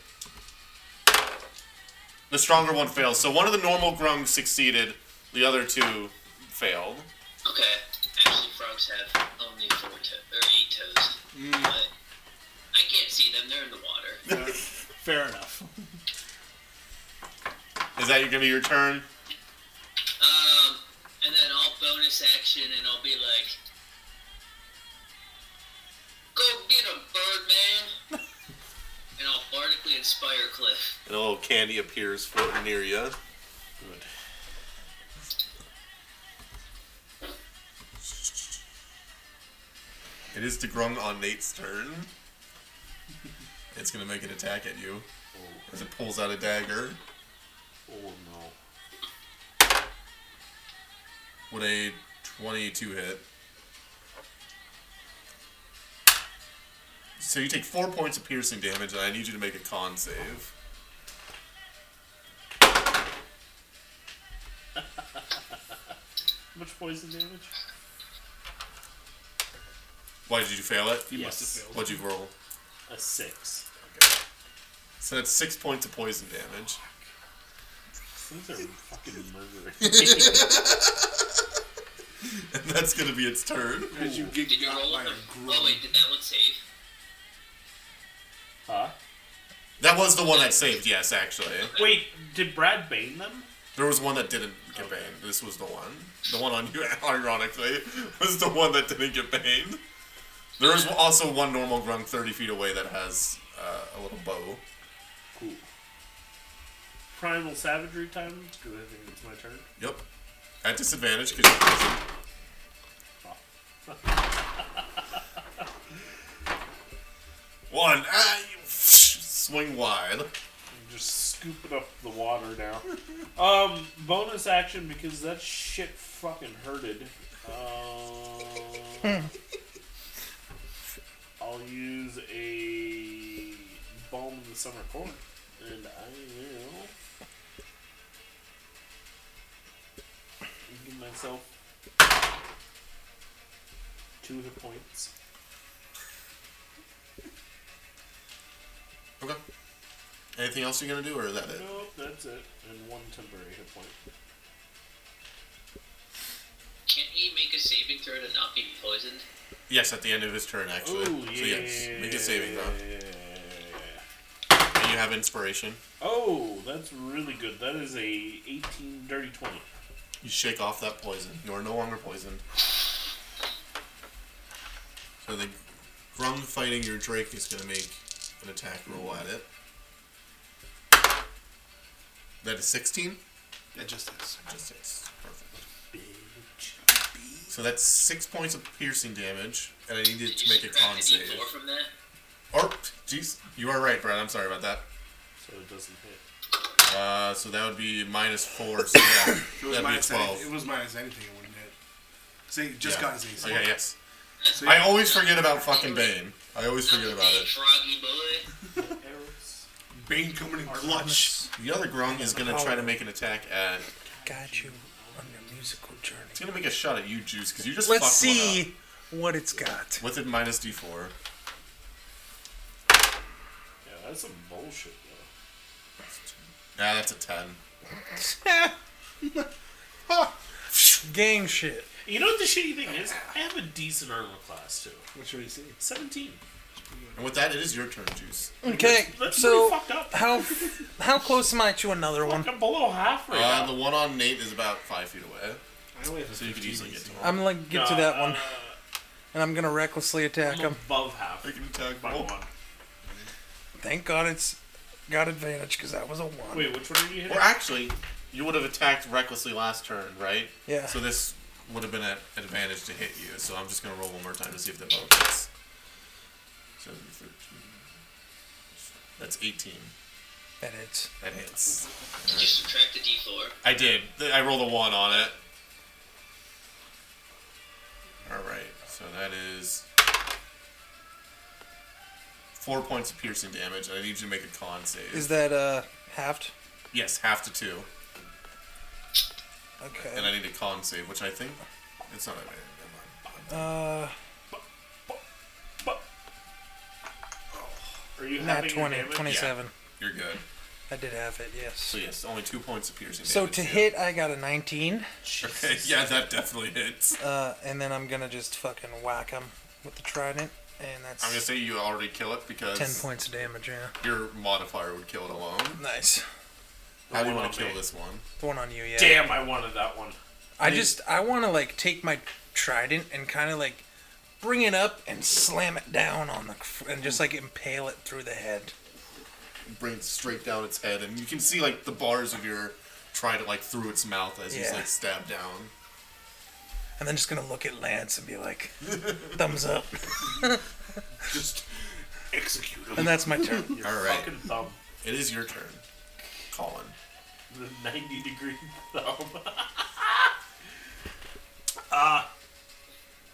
[SPEAKER 4] The stronger one fails. So one of the normal grungs succeeded, the other two failed.
[SPEAKER 6] Okay. Actually, frogs have only four toes or eight toes,
[SPEAKER 4] Mm.
[SPEAKER 6] but I can't see them. They're in the water.
[SPEAKER 3] Fair enough.
[SPEAKER 4] Is that going to be your turn?
[SPEAKER 6] Um, and then I'll bonus action and I'll be like, "Go get 'em, Birdman!" and I'll bardically inspire Cliff.
[SPEAKER 4] And a little candy appears floating near you.
[SPEAKER 7] good.
[SPEAKER 4] It is DeGrung on Nate's turn. It's gonna make an attack at you as it pulls out a dagger.
[SPEAKER 7] Oh no.
[SPEAKER 4] Would a 22 hit? So you take four points of piercing damage, and I need you to make a con save.
[SPEAKER 7] How much poison damage?
[SPEAKER 4] Why did you fail it?
[SPEAKER 3] You must
[SPEAKER 7] Yes.
[SPEAKER 3] have failed.
[SPEAKER 4] What'd you roll?
[SPEAKER 7] A six.
[SPEAKER 4] So that's six points of poison damage.
[SPEAKER 7] These are fucking murdering.
[SPEAKER 4] And that's gonna be its turn.
[SPEAKER 3] As you get
[SPEAKER 6] Did you
[SPEAKER 3] got
[SPEAKER 6] roll
[SPEAKER 3] by
[SPEAKER 6] on
[SPEAKER 3] a
[SPEAKER 6] the? Oh
[SPEAKER 3] grub.
[SPEAKER 6] wait, did that one save?
[SPEAKER 7] huh?
[SPEAKER 4] That was the one that saved, yes, actually.
[SPEAKER 7] Wait, did Brad bane them?
[SPEAKER 4] There was one that didn't get banned. This was the one. The one on you, ironically, was the one that didn't get banned. There is also one normal grung 30 feet away that has uh, a little bow.
[SPEAKER 7] Cool. Primal savagery time. Do I think it's my turn?
[SPEAKER 4] Yep. At disadvantage because One. Ah, you swing wide.
[SPEAKER 7] I'm just scooping up the water now. Um, bonus action because that shit fucking hurted. Uh, I'll use a balm in the summer corn, and I will give myself two hit points.
[SPEAKER 4] Okay. Anything else you're gonna do, or is that it?
[SPEAKER 7] Nope, that's it, and one temporary hit point.
[SPEAKER 6] Can't he make a saving throw to not be poisoned?
[SPEAKER 4] Yes, at the end of his turn, actually.
[SPEAKER 7] Ooh, yeah.
[SPEAKER 4] So yes, make a saving throw. And you have inspiration.
[SPEAKER 7] Oh, that's really good. That is a 18 dirty 20.
[SPEAKER 4] You shake off that poison. You are no longer poisoned. So the Grung fighting your Drake is going to make an attack roll at it. That is 16?
[SPEAKER 3] It just is.
[SPEAKER 4] Just hits. Perfect. So that's six points of piercing damage, and I needed
[SPEAKER 6] Did
[SPEAKER 4] to
[SPEAKER 6] you
[SPEAKER 4] make a
[SPEAKER 6] subtract
[SPEAKER 4] con
[SPEAKER 6] a
[SPEAKER 4] save.
[SPEAKER 6] d4 from that?
[SPEAKER 4] Or, Oh, jeez, you are right, Brad. I'm sorry about that.
[SPEAKER 7] So it doesn't hit.
[SPEAKER 4] Uh, so that would be minus four. So yeah,
[SPEAKER 3] If it was
[SPEAKER 4] that'd be a
[SPEAKER 3] minus
[SPEAKER 4] twelve.
[SPEAKER 3] Anything, it was minus anything. It wouldn't hit. So he just
[SPEAKER 4] yeah.
[SPEAKER 3] got his AC.
[SPEAKER 4] Okay, yes.
[SPEAKER 3] So
[SPEAKER 4] I always forget about fucking Bane. I always forget about
[SPEAKER 6] Hey,
[SPEAKER 4] it.
[SPEAKER 6] Froggy boy.
[SPEAKER 7] Arrows.
[SPEAKER 3] Bane coming in clutch.
[SPEAKER 4] The other Grung is gonna try to make an attack at.
[SPEAKER 2] Got you on your musical journey.
[SPEAKER 4] It's gonna make a shot at you, Juice, because you just
[SPEAKER 2] Let's
[SPEAKER 4] fucked One
[SPEAKER 2] see what it's got.
[SPEAKER 4] up. With it minus D four.
[SPEAKER 7] Yeah, that's some bullshit, though.
[SPEAKER 4] Yeah, that's a ten.
[SPEAKER 2] Gang shit.
[SPEAKER 7] You know what the shitty thing is? I have a decent armor class, too.
[SPEAKER 3] What's your AC?
[SPEAKER 7] 17.
[SPEAKER 4] And with that, it is your turn, Juice.
[SPEAKER 7] Mm-hmm.
[SPEAKER 2] Okay,
[SPEAKER 7] That's
[SPEAKER 2] so
[SPEAKER 7] pretty fucked up.
[SPEAKER 2] how how close am I to another one?
[SPEAKER 7] I'm below half right
[SPEAKER 4] Uh,
[SPEAKER 7] now.
[SPEAKER 4] the one on Nate is about five feet
[SPEAKER 3] I
[SPEAKER 4] away,
[SPEAKER 3] only have a
[SPEAKER 4] so you could
[SPEAKER 3] 15
[SPEAKER 4] easily get
[SPEAKER 3] AC.
[SPEAKER 4] to him.
[SPEAKER 2] I'm gonna get to
[SPEAKER 7] Nah, Mm-hmm.
[SPEAKER 2] that one,
[SPEAKER 7] uh,
[SPEAKER 2] and I'm gonna recklessly attack
[SPEAKER 7] I'm
[SPEAKER 2] him.
[SPEAKER 7] above half
[SPEAKER 4] Make an attack
[SPEAKER 7] by
[SPEAKER 4] roll.
[SPEAKER 7] one.
[SPEAKER 2] Thank God it's got advantage because that was a one.
[SPEAKER 7] Wait, which one are you hitting?
[SPEAKER 4] Or actually, you would have attacked recklessly last turn, right?
[SPEAKER 2] Yeah.
[SPEAKER 4] So this would have been at an advantage to hit you. So I'm just gonna roll one more time to see if that both hits. So 13. That's 18.
[SPEAKER 2] That hits.
[SPEAKER 4] That hits.
[SPEAKER 6] Did you subtract a d4?
[SPEAKER 4] I did. Th- I rolled a one on it. All right. So that is four points of piercing damage. I need you to make a con save.
[SPEAKER 2] Is that uh halved?
[SPEAKER 4] yes, half to two. And
[SPEAKER 2] Okay.
[SPEAKER 4] I need a con save, which I think it's not. Never mind.
[SPEAKER 2] Uh,
[SPEAKER 7] Are you
[SPEAKER 2] not
[SPEAKER 7] having
[SPEAKER 2] 20,
[SPEAKER 7] your damage?
[SPEAKER 2] 27.
[SPEAKER 4] You're good.
[SPEAKER 2] I did have it, yes.
[SPEAKER 4] So yes, only two points of piercing.
[SPEAKER 2] So
[SPEAKER 4] damage,
[SPEAKER 2] to
[SPEAKER 4] yeah.
[SPEAKER 2] hit, I got a 19,
[SPEAKER 4] Okay, yeah, that definitely hits.
[SPEAKER 2] uh, and then I'm gonna just fucking whack him with the trident, and that's
[SPEAKER 4] I'm gonna say you already kill
[SPEAKER 2] 10
[SPEAKER 4] it because
[SPEAKER 2] points of damage. Yeah.
[SPEAKER 4] your modifier would kill it alone.
[SPEAKER 2] Nice.
[SPEAKER 4] How do you
[SPEAKER 7] one
[SPEAKER 4] want
[SPEAKER 7] on
[SPEAKER 4] to kill
[SPEAKER 7] me.
[SPEAKER 4] this one?
[SPEAKER 2] The one on you, yeah.
[SPEAKER 7] Damn, I wanted that one.
[SPEAKER 2] I just I want to like take my trident and kind of like bring it up and slam it down on the cr- and just like impale it through the head.
[SPEAKER 4] Bring it straight down its head, and you can see like the bars of your trident like through its mouth as he's
[SPEAKER 2] Yeah.
[SPEAKER 4] like stabbed down.
[SPEAKER 2] And then just gonna look at Lance and be like, thumbs up.
[SPEAKER 3] Just execute him.
[SPEAKER 2] And that's my turn.
[SPEAKER 7] Your
[SPEAKER 4] All right.
[SPEAKER 7] fucking thumb.
[SPEAKER 4] It is your turn, Colin.
[SPEAKER 7] The 90 degree thumb.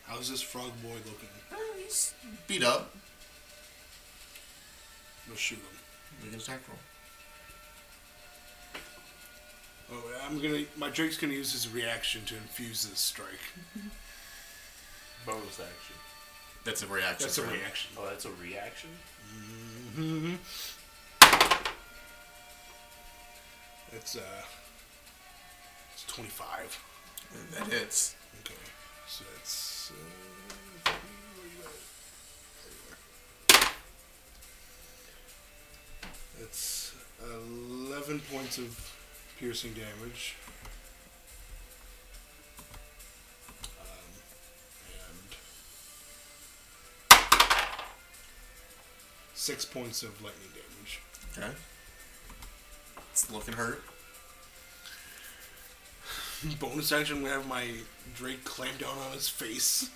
[SPEAKER 3] How's this frog boy looking?
[SPEAKER 4] He's beat up.
[SPEAKER 3] We'll shoot him.
[SPEAKER 4] Make an attack roll.
[SPEAKER 3] Oh, I'm gonna. My Drake's gonna use his reaction to infuse this strike.
[SPEAKER 7] Bonus action.
[SPEAKER 4] That's a reaction.
[SPEAKER 3] That's a
[SPEAKER 4] turn.
[SPEAKER 3] reaction.
[SPEAKER 7] Oh, that's a reaction?
[SPEAKER 3] That's uh. It's 25.
[SPEAKER 4] That hits.
[SPEAKER 3] Okay. So that's. Uh, where you at? There you are. That's 11 points of piercing damage. Um, and. Six points of lightning damage.
[SPEAKER 4] Okay. It's looking hurt.
[SPEAKER 3] Bonus action, we have my Drake clamp down on his face.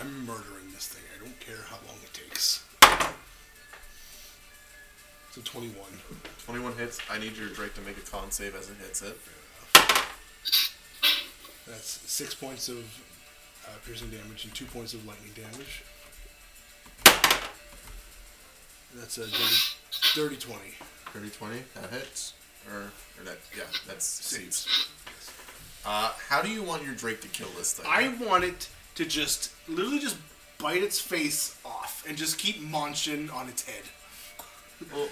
[SPEAKER 8] I'm murdering this thing. I don't care how long it takes. So 21.
[SPEAKER 4] 21 hits. I need your Drake to make a con save as it hits it.
[SPEAKER 8] That's six points of uh, piercing damage and two points of lightning damage. That's a dirty, dirty 20.
[SPEAKER 4] 30 20. That hits. Or, or that, yeah, that's saves. Uh, how do you want your Drake to kill this thing?
[SPEAKER 8] I want it to just literally just bite its face off and just keep munching on its head.
[SPEAKER 4] Well,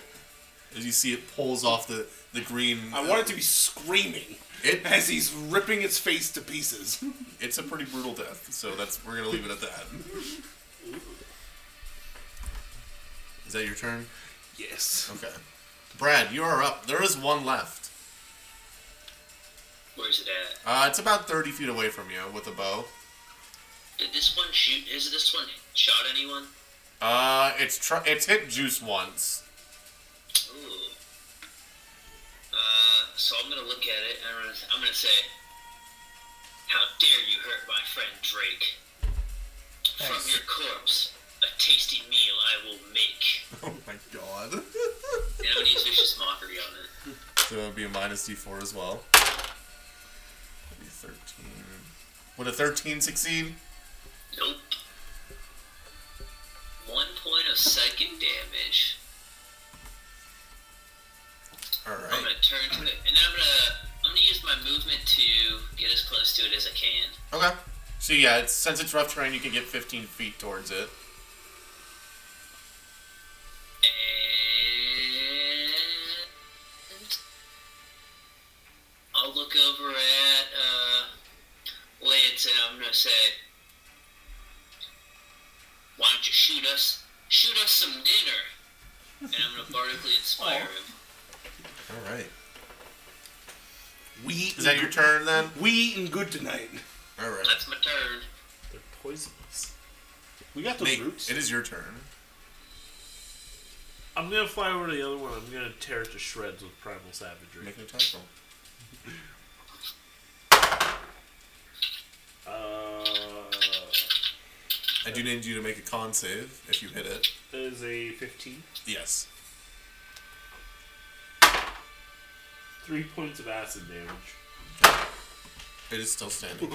[SPEAKER 4] as you see, it pulls off the, the green.
[SPEAKER 8] I want it to be screaming
[SPEAKER 4] It-
[SPEAKER 8] as he's ripping its face to pieces.
[SPEAKER 4] It's a pretty brutal death, so that's we're gonna leave it at that. Is that your turn?
[SPEAKER 8] yes.
[SPEAKER 4] Okay. Brad, you are up. There is one left.
[SPEAKER 6] Where's it at?
[SPEAKER 4] Uh, it's about 30 feet away from you with a bow.
[SPEAKER 6] Did this one shoot? Has this one shot anyone?
[SPEAKER 4] Uh, it's tr- it's hit Juice once.
[SPEAKER 6] Ooh. Uh, so I'm gonna look at it and I'm gonna, I'm gonna say, "How dare you hurt my friend Drake? From
[SPEAKER 2] Nice.
[SPEAKER 6] your corpse, a tasty meal I will make."
[SPEAKER 4] Oh my god.
[SPEAKER 6] And I'm gonna use vicious mockery on it.
[SPEAKER 4] so it would be a minus d4 as well. Be 13. Would a 13 succeed?
[SPEAKER 6] Nope. One point of psychic damage. I'm
[SPEAKER 4] Alright.
[SPEAKER 6] gonna turn to it, and then I'm gonna I'm gonna use my movement to get as close to it as I can.
[SPEAKER 4] Okay. So yeah, it's, since it's rough terrain, you can get 15 feet towards it.
[SPEAKER 6] And I'll look over at uh, Lance and I'm gonna say, "Why don't you shoot us? Shoot us some dinner." And I'm gonna vertically inspire him.
[SPEAKER 4] Alright.
[SPEAKER 8] We
[SPEAKER 4] Is that your turn then?
[SPEAKER 8] We eating good tonight.
[SPEAKER 4] Alright.
[SPEAKER 6] That's my turn.
[SPEAKER 7] They're poisonous.
[SPEAKER 8] We got those
[SPEAKER 4] Nate,
[SPEAKER 8] roots.
[SPEAKER 4] it is your turn.
[SPEAKER 7] I'm gonna fly over to the other one. I'm gonna tear it to shreds with primal savagery.
[SPEAKER 4] Make an attack roll.
[SPEAKER 7] Uh,
[SPEAKER 4] I do need you to make a con save if you hit it.
[SPEAKER 7] is a 15.
[SPEAKER 4] Yes.
[SPEAKER 7] Three points of acid damage.
[SPEAKER 4] It is still standing.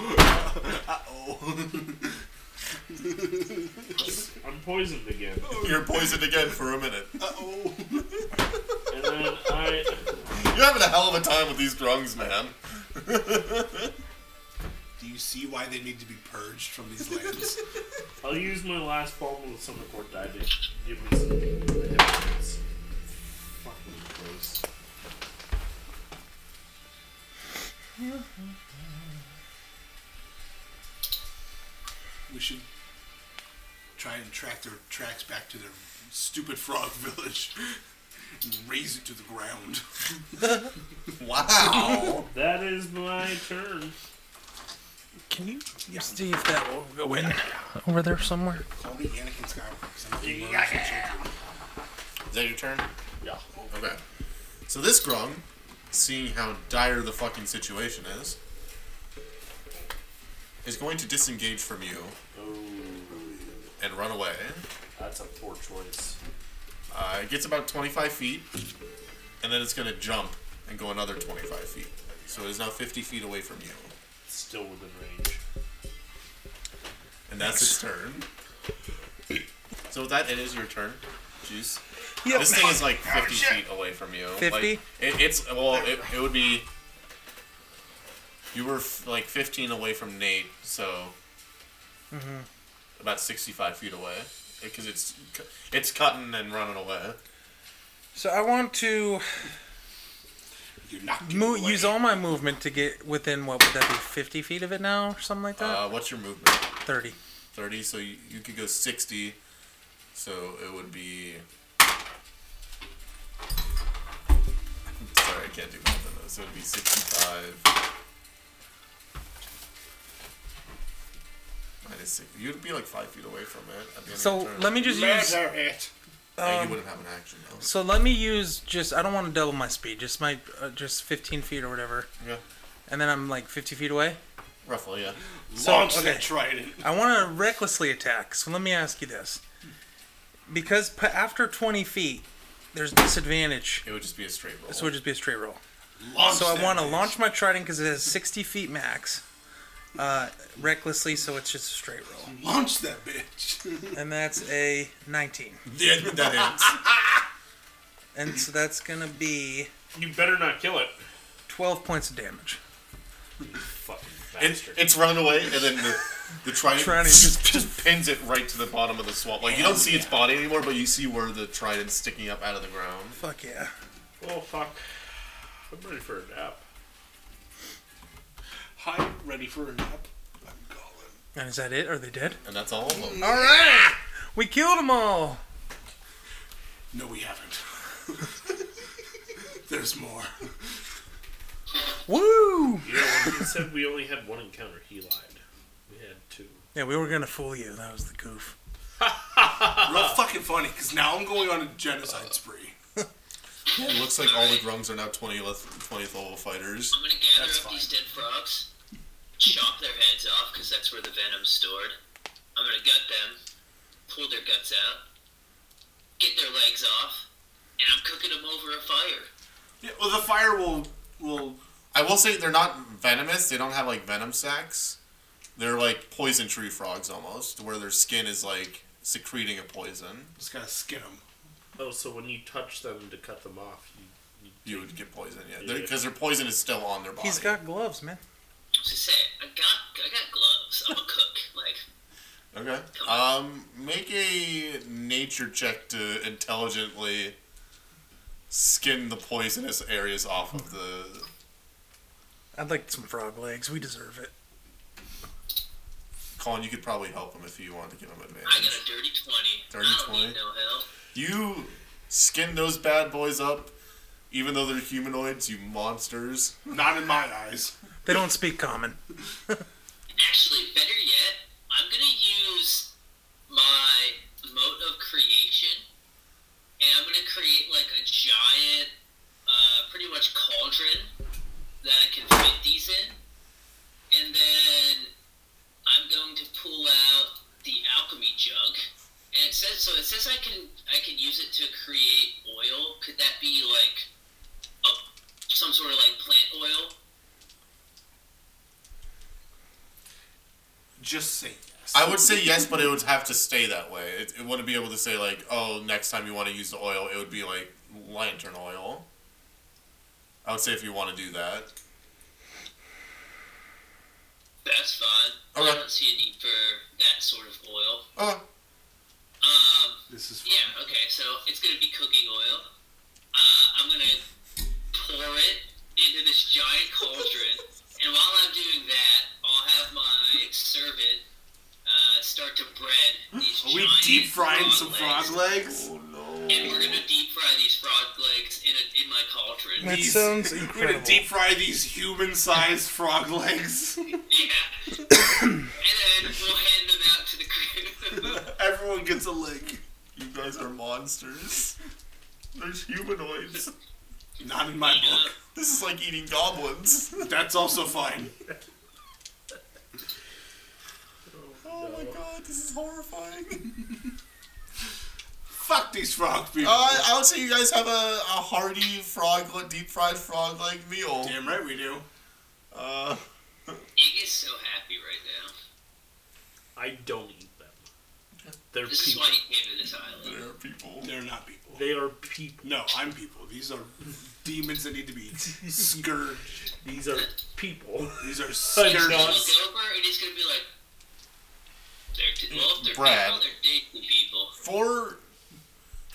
[SPEAKER 7] I'm poisoned again,
[SPEAKER 4] You're poisoned again for a minute.
[SPEAKER 8] oh
[SPEAKER 7] and then I
[SPEAKER 4] You're having a hell of a time with these drungs, man.
[SPEAKER 8] Do you see why they need to be purged from these lands?
[SPEAKER 7] I'll use my last bomb with summer court die to give me some hits. Fucking close.
[SPEAKER 8] we should try and track their tracks back to their stupid frog village and raise it to the ground.
[SPEAKER 4] Wow.
[SPEAKER 7] That is my turn.
[SPEAKER 2] Can you see if that will go in over there somewhere?
[SPEAKER 8] Call me Anakin Skywalker because I'm being murdered for children.
[SPEAKER 4] is that your turn?
[SPEAKER 7] Yeah.
[SPEAKER 4] Okay. So this grung, seeing how dire the fucking situation is, is going to disengage from you
[SPEAKER 7] Oh,
[SPEAKER 4] and run away.
[SPEAKER 7] that's a poor choice.
[SPEAKER 4] Uh, it gets about 25 feet, and then it's going to jump and go another 25 feet. So it is now 50 feet away from you.
[SPEAKER 7] Still within range.
[SPEAKER 4] And that's its turn. So with that, it is your turn. Juice.
[SPEAKER 2] Yep.
[SPEAKER 4] This thing is like 50 feet away from you.
[SPEAKER 2] 50?
[SPEAKER 4] Like, it, it's, well, it, it would be. You were f- like 15 away from Nate, so. About 65 feet away. Because it's, cu- it's cutting and running away.
[SPEAKER 2] So I want to
[SPEAKER 8] You're not getting
[SPEAKER 2] mo-
[SPEAKER 8] away.
[SPEAKER 2] use all my movement to get within what would that be, 50 feet of it now or something like that?
[SPEAKER 4] Uh, what's your movement?
[SPEAKER 2] 30.
[SPEAKER 4] 30, so you, you could go 60. So it would be. Sorry, I can't do math on those. So it would be 65. Minus 60. You'd be like 5 feet away from it. At the end
[SPEAKER 2] So
[SPEAKER 4] of your turn.
[SPEAKER 2] let me just use.
[SPEAKER 8] Murder it.
[SPEAKER 4] Yeah, you
[SPEAKER 2] um,
[SPEAKER 4] wouldn't have an action, though.
[SPEAKER 2] So let me use just. I don't want to double my speed. Just my uh, just 15 feet or whatever.
[SPEAKER 4] Yeah.
[SPEAKER 2] And then I'm like 50 feet away.
[SPEAKER 4] Roughly, yeah.
[SPEAKER 2] So,
[SPEAKER 3] Launch
[SPEAKER 2] okay.
[SPEAKER 3] that trident.
[SPEAKER 2] I want to recklessly attack. So let me ask you this: because p- after 20 feet, there's disadvantage.
[SPEAKER 4] It would just be a straight roll.
[SPEAKER 2] This would just be a straight roll.
[SPEAKER 3] Launch
[SPEAKER 2] So I
[SPEAKER 3] that
[SPEAKER 2] want to
[SPEAKER 3] bitch.
[SPEAKER 2] launch my trident because it has 60 feet max, uh, recklessly. So it's just a straight roll,
[SPEAKER 3] Launch that bitch.
[SPEAKER 2] and that's a 19.
[SPEAKER 4] Yeah, that hits.
[SPEAKER 2] And so that's gonna be
[SPEAKER 7] You better not kill it.
[SPEAKER 2] 12 points of damage.
[SPEAKER 7] Fucking
[SPEAKER 4] And
[SPEAKER 7] bastard.
[SPEAKER 4] it's running away, and then the, the trident,
[SPEAKER 2] Trident
[SPEAKER 4] just, pins it right to the bottom of the swamp. Like, you don't see its body anymore, but you see where the trident's sticking up out of the ground.
[SPEAKER 2] Fuck yeah.
[SPEAKER 7] oh fuck. I'm ready for a nap.
[SPEAKER 3] Hi, ready for a nap? I'm calling.
[SPEAKER 2] And is that it? Are they dead?
[SPEAKER 4] And that's all of them.
[SPEAKER 2] All right. We killed them all.
[SPEAKER 3] No, we haven't. There's more.
[SPEAKER 2] Woo!
[SPEAKER 7] You know, when he said we only had one encounter, he lied. We had two.
[SPEAKER 2] Yeah, we were gonna fool you. That was the goof.
[SPEAKER 3] Real fucking funny, because now I'm going on a genocide spree.
[SPEAKER 4] It looks like all the drums are now 20th, 20th level fighters.
[SPEAKER 6] I'm gonna gather
[SPEAKER 3] That's
[SPEAKER 6] up
[SPEAKER 3] fine.
[SPEAKER 6] these dead frogs, chop their heads off because that's where the venom's stored. I'm gonna gut them, pull their guts out, get their legs off, and I'm cooking them over a fire.
[SPEAKER 3] Yeah, well, the fire will will
[SPEAKER 4] I will say they're not venomous. They don't have, like, venom sacs. They're like poison tree frogs almost, where their skin is, like, secreting a poison.
[SPEAKER 3] just gotta skin them.
[SPEAKER 7] Oh, so when you touch them to cut them off, you
[SPEAKER 4] You would get poison, yeah. Because their poison is still on their body.
[SPEAKER 2] He's got gloves, man.
[SPEAKER 6] To say, I got I got gloves. I'm a cook. Like
[SPEAKER 4] Okay. Um, make a nature check to intelligently skin the poisonous areas off of the.
[SPEAKER 2] I'd like some frog legs. We deserve it.
[SPEAKER 4] Colin, you could probably help him if you wanted to give him
[SPEAKER 6] I got
[SPEAKER 4] advantage.
[SPEAKER 6] a dirty twenty.
[SPEAKER 4] Dirty
[SPEAKER 6] I don't
[SPEAKER 4] 20?
[SPEAKER 6] need no help.
[SPEAKER 4] You skin those bad boys up, even though they're humanoids, you monsters.
[SPEAKER 3] Not in my eyes.
[SPEAKER 2] They don't speak common.
[SPEAKER 6] Actually, better yet, I'm gonna use my mode of creation, and I'm gonna create like a giant, uh, pretty much cauldron that I can fit these in, and then I'm going to pull out the alchemy jug, and it says so. It says I can I can use it to create oil. Could that be like a, some sort of like plant oil?
[SPEAKER 3] Just say yes.
[SPEAKER 4] I would say yes, but it would have to stay that way. It, it wouldn't be able to say, like, oh, next time you want to use the oil, it would be like lantern oil. I would say if you want to do that.
[SPEAKER 6] That's fine. I
[SPEAKER 4] Okay.
[SPEAKER 6] don't see a need for that sort of oil.
[SPEAKER 4] Okay.
[SPEAKER 6] Um,
[SPEAKER 3] This is fun.
[SPEAKER 6] yeah, okay, so it's gonna be cooking oil. Uh, I'm gonna pour it into this giant cauldron, and while I'm doing that, I'll have my servant uh, start to bread these
[SPEAKER 3] Are we
[SPEAKER 6] giant
[SPEAKER 3] deep frying
[SPEAKER 6] frog
[SPEAKER 3] some frog legs?
[SPEAKER 6] legs.
[SPEAKER 4] Oh no.
[SPEAKER 6] And we're gonna deep fry these frog legs in, a, in my cauldron.
[SPEAKER 2] That
[SPEAKER 3] These-
[SPEAKER 2] sounds
[SPEAKER 3] We're
[SPEAKER 2] incredible.
[SPEAKER 3] gonna deep fry these human-sized frog legs.
[SPEAKER 6] Yeah. and then we'll hand them out to the crew.
[SPEAKER 3] Everyone gets a leg.
[SPEAKER 4] You guys are monsters. There's humanoids.
[SPEAKER 3] Not in my book.
[SPEAKER 4] This is like eating goblins.
[SPEAKER 3] That's also fine.
[SPEAKER 4] Oh my god, this is horrifying.
[SPEAKER 3] Fuck these frog people.
[SPEAKER 4] Uh, I would say you guys have a, a hearty frog, deep fried frog like meal.
[SPEAKER 3] Damn right we do.
[SPEAKER 4] Uh,
[SPEAKER 6] Ig is so happy right now.
[SPEAKER 7] I don't eat them. They're
[SPEAKER 6] This is
[SPEAKER 7] people.
[SPEAKER 6] why he came to this island.
[SPEAKER 4] there are people.
[SPEAKER 3] They're not people.
[SPEAKER 7] They are people.
[SPEAKER 3] No, I'm people. These are demons that need to be scourged.
[SPEAKER 7] These are people.
[SPEAKER 3] These are
[SPEAKER 6] He'll
[SPEAKER 3] scourged.
[SPEAKER 7] not-
[SPEAKER 6] look over and he's gonna be like, "They're t- well, if they're
[SPEAKER 4] Brad.
[SPEAKER 6] people, they're dating people."
[SPEAKER 4] For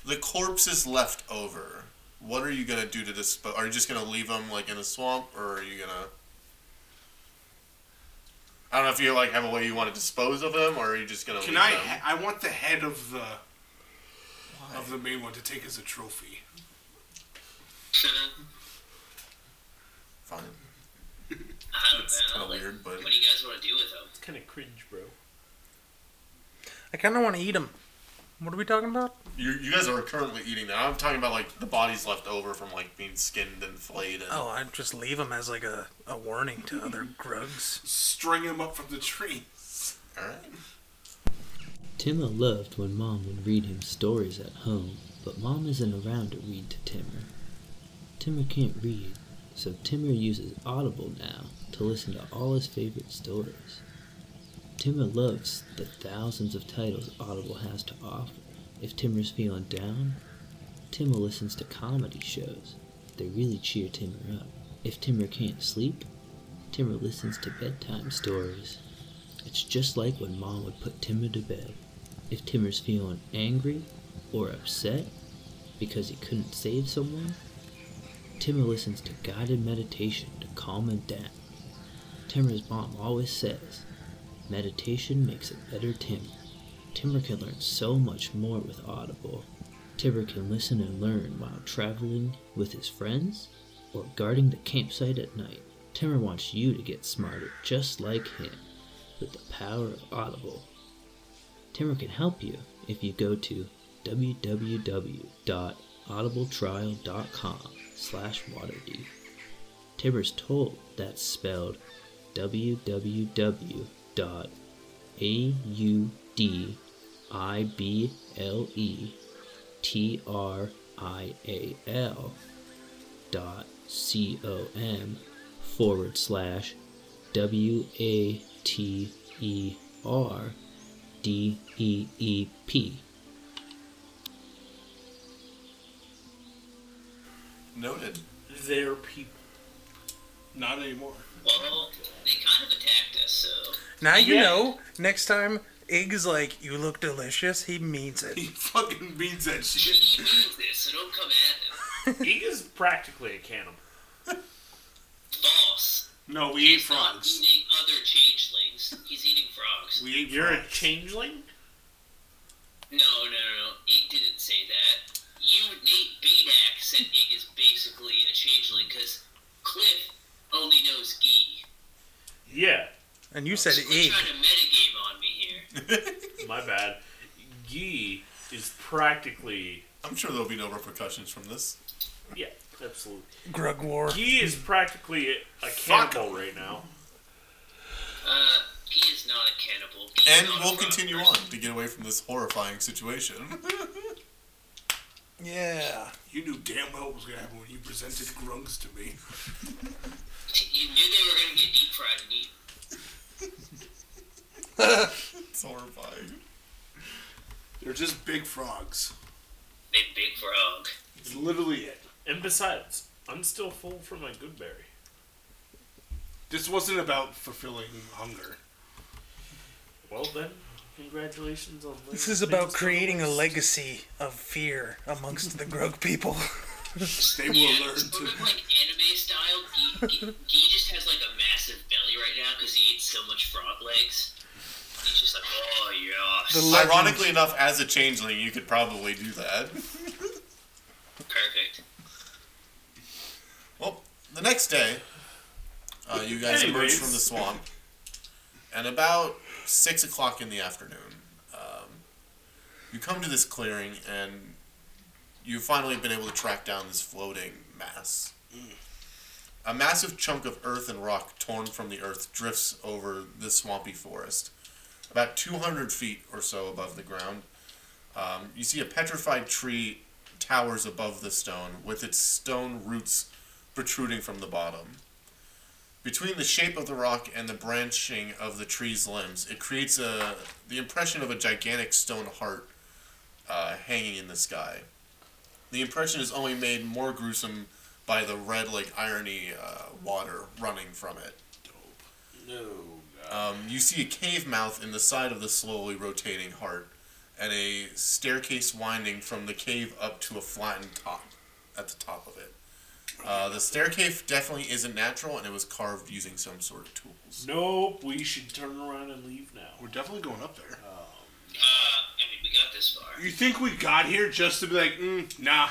[SPEAKER 4] the corpses left over, what are you gonna do to dispose? Are you just gonna leave them like in a swamp, or are you gonna? I don't know if you like have a way you want to dispose of them, or are you just gonna?
[SPEAKER 3] Can
[SPEAKER 4] leave
[SPEAKER 3] I?
[SPEAKER 4] Them?
[SPEAKER 3] I want the head of the of the main one to take as a trophy.
[SPEAKER 4] Fine.
[SPEAKER 6] I don't
[SPEAKER 4] It's
[SPEAKER 6] know.
[SPEAKER 4] kind of
[SPEAKER 6] like,
[SPEAKER 4] weird, but
[SPEAKER 6] What do you guys want to do with them?
[SPEAKER 7] It's kind of cringe, bro.
[SPEAKER 2] I kind of want to eat them.
[SPEAKER 8] What are we talking about?
[SPEAKER 4] You, you guys are currently eating that. I'm talking about like the bodies left over from like being skinned and flayed. And
[SPEAKER 8] Oh, I just leave them as like a, a warning to other grugs.
[SPEAKER 3] String him up from the tree.
[SPEAKER 4] all right.
[SPEAKER 9] Timmer loved when Mom would read him stories at home, but Mom isn't around to read to Timmer. Timmer can't read, so Timmer uses Audible now to listen to all his favorite stories. Timmer loves the thousands of titles Audible has to offer. If Timmer's feeling down, Timmer listens to comedy shows. They really cheer Timmer up. If Timmer can't sleep, Timmer listens to bedtime stories. It's just like when Mom would put Timmer to bed. If Timmer's feeling angry or upset because he couldn't save someone, Timmer listens to guided meditation to calm him down. Timmer's mom always says, meditation makes a better Timmer. Timmer can learn so much more with Audible. Timmer can listen and learn while traveling with his friends or guarding the campsite at night. Timmer wants you to get smarter just like him with the power of Audible. Timmer can help you if you go to www.audibletrial.com slash waterdeep. Timmer's told that's spelled www.audible.trial dot com forward slash W A T E R D E E P.
[SPEAKER 4] Noted.
[SPEAKER 7] Their people.
[SPEAKER 3] Not anymore.
[SPEAKER 6] Well, they kind of attacked us, so
[SPEAKER 8] Now you
[SPEAKER 7] Yeah.
[SPEAKER 8] know. Next time Ig's like, "You look delicious," he means it.
[SPEAKER 3] He fucking means that shit.
[SPEAKER 6] he means this, so don't come at him.
[SPEAKER 7] Ig is practically a cannibal.
[SPEAKER 6] False.
[SPEAKER 3] No, we ate
[SPEAKER 6] He's not
[SPEAKER 3] frogs.
[SPEAKER 6] eating other changelings. He's eating frogs.
[SPEAKER 3] We ate
[SPEAKER 7] You're a
[SPEAKER 3] frogs.
[SPEAKER 7] changeling?
[SPEAKER 6] No, no, no, no. Ig didn't say that. You, Nate Badak, said Ig is basically a changeling because Cliff only knows Gi.
[SPEAKER 7] Yeah,
[SPEAKER 8] And you said
[SPEAKER 6] So
[SPEAKER 4] E.
[SPEAKER 6] quit
[SPEAKER 8] Ig.
[SPEAKER 6] trying to metagame on me here.
[SPEAKER 7] my bad. Gee is practically.
[SPEAKER 4] I'm sure there'll be no repercussions from this.
[SPEAKER 7] Yeah, absolutely.
[SPEAKER 8] Grug war.
[SPEAKER 7] Gee is practically a cannibal right now.
[SPEAKER 6] Uh, he is not a cannibal. He is
[SPEAKER 4] And
[SPEAKER 6] not a
[SPEAKER 4] we'll
[SPEAKER 6] frog
[SPEAKER 4] continue on
[SPEAKER 6] person.
[SPEAKER 4] to get away from this horrifying situation.
[SPEAKER 8] Yeah.
[SPEAKER 3] You knew damn well what was gonna happen when you presented grungs to me.
[SPEAKER 6] You knew they were going to get deep fried and eat.
[SPEAKER 4] it's horrifying.
[SPEAKER 3] They're just big frogs.
[SPEAKER 6] They big frog.
[SPEAKER 3] It's literally it.
[SPEAKER 7] And besides, I'm still full from my good berry.
[SPEAKER 3] This wasn't about fulfilling hunger.
[SPEAKER 7] Well then, congratulations on
[SPEAKER 8] This is about creating a legacy of fear amongst the grug people.
[SPEAKER 3] They will
[SPEAKER 6] Yeah,
[SPEAKER 3] learn
[SPEAKER 6] sort
[SPEAKER 3] to.
[SPEAKER 6] of like anime style. Gi, Gi, Gi just has like a massive belly right now because he ate so much frog legs. He's just like, oh yeah,
[SPEAKER 4] Ironically enough, as a changeling, you could probably do that.
[SPEAKER 6] perfect.
[SPEAKER 4] Well, the next day, uh, you guys emerge
[SPEAKER 7] Anyways.
[SPEAKER 4] from the swamp, and about six o'clock in the afternoon, um, you come to this clearing, and you've finally been able to track down this floating mass. A massive chunk of earth and rock torn from the earth drifts over this swampy forest, about 200 feet or so above the ground. Um, you see a petrified tree towers above the stone, with its stone roots protruding from the bottom. Between the shape of the rock and the branching of the tree's limbs, it creates a the impression of a gigantic stone heart uh, hanging in the sky. The impression is only made more gruesome by the red, like irony, uh, water running from it. Um, you see a cave mouth in the side of the slowly rotating heart, and a staircase winding from the cave up to a flattened top at the top of it. Uh, the staircase definitely isn't natural, and it was carved using some sort of tools.
[SPEAKER 7] Nope, we should turn around and leave now.
[SPEAKER 3] We're definitely going up there.
[SPEAKER 6] Uh, I mean, we got this far.
[SPEAKER 3] You think we got here just to be like, mm, nah?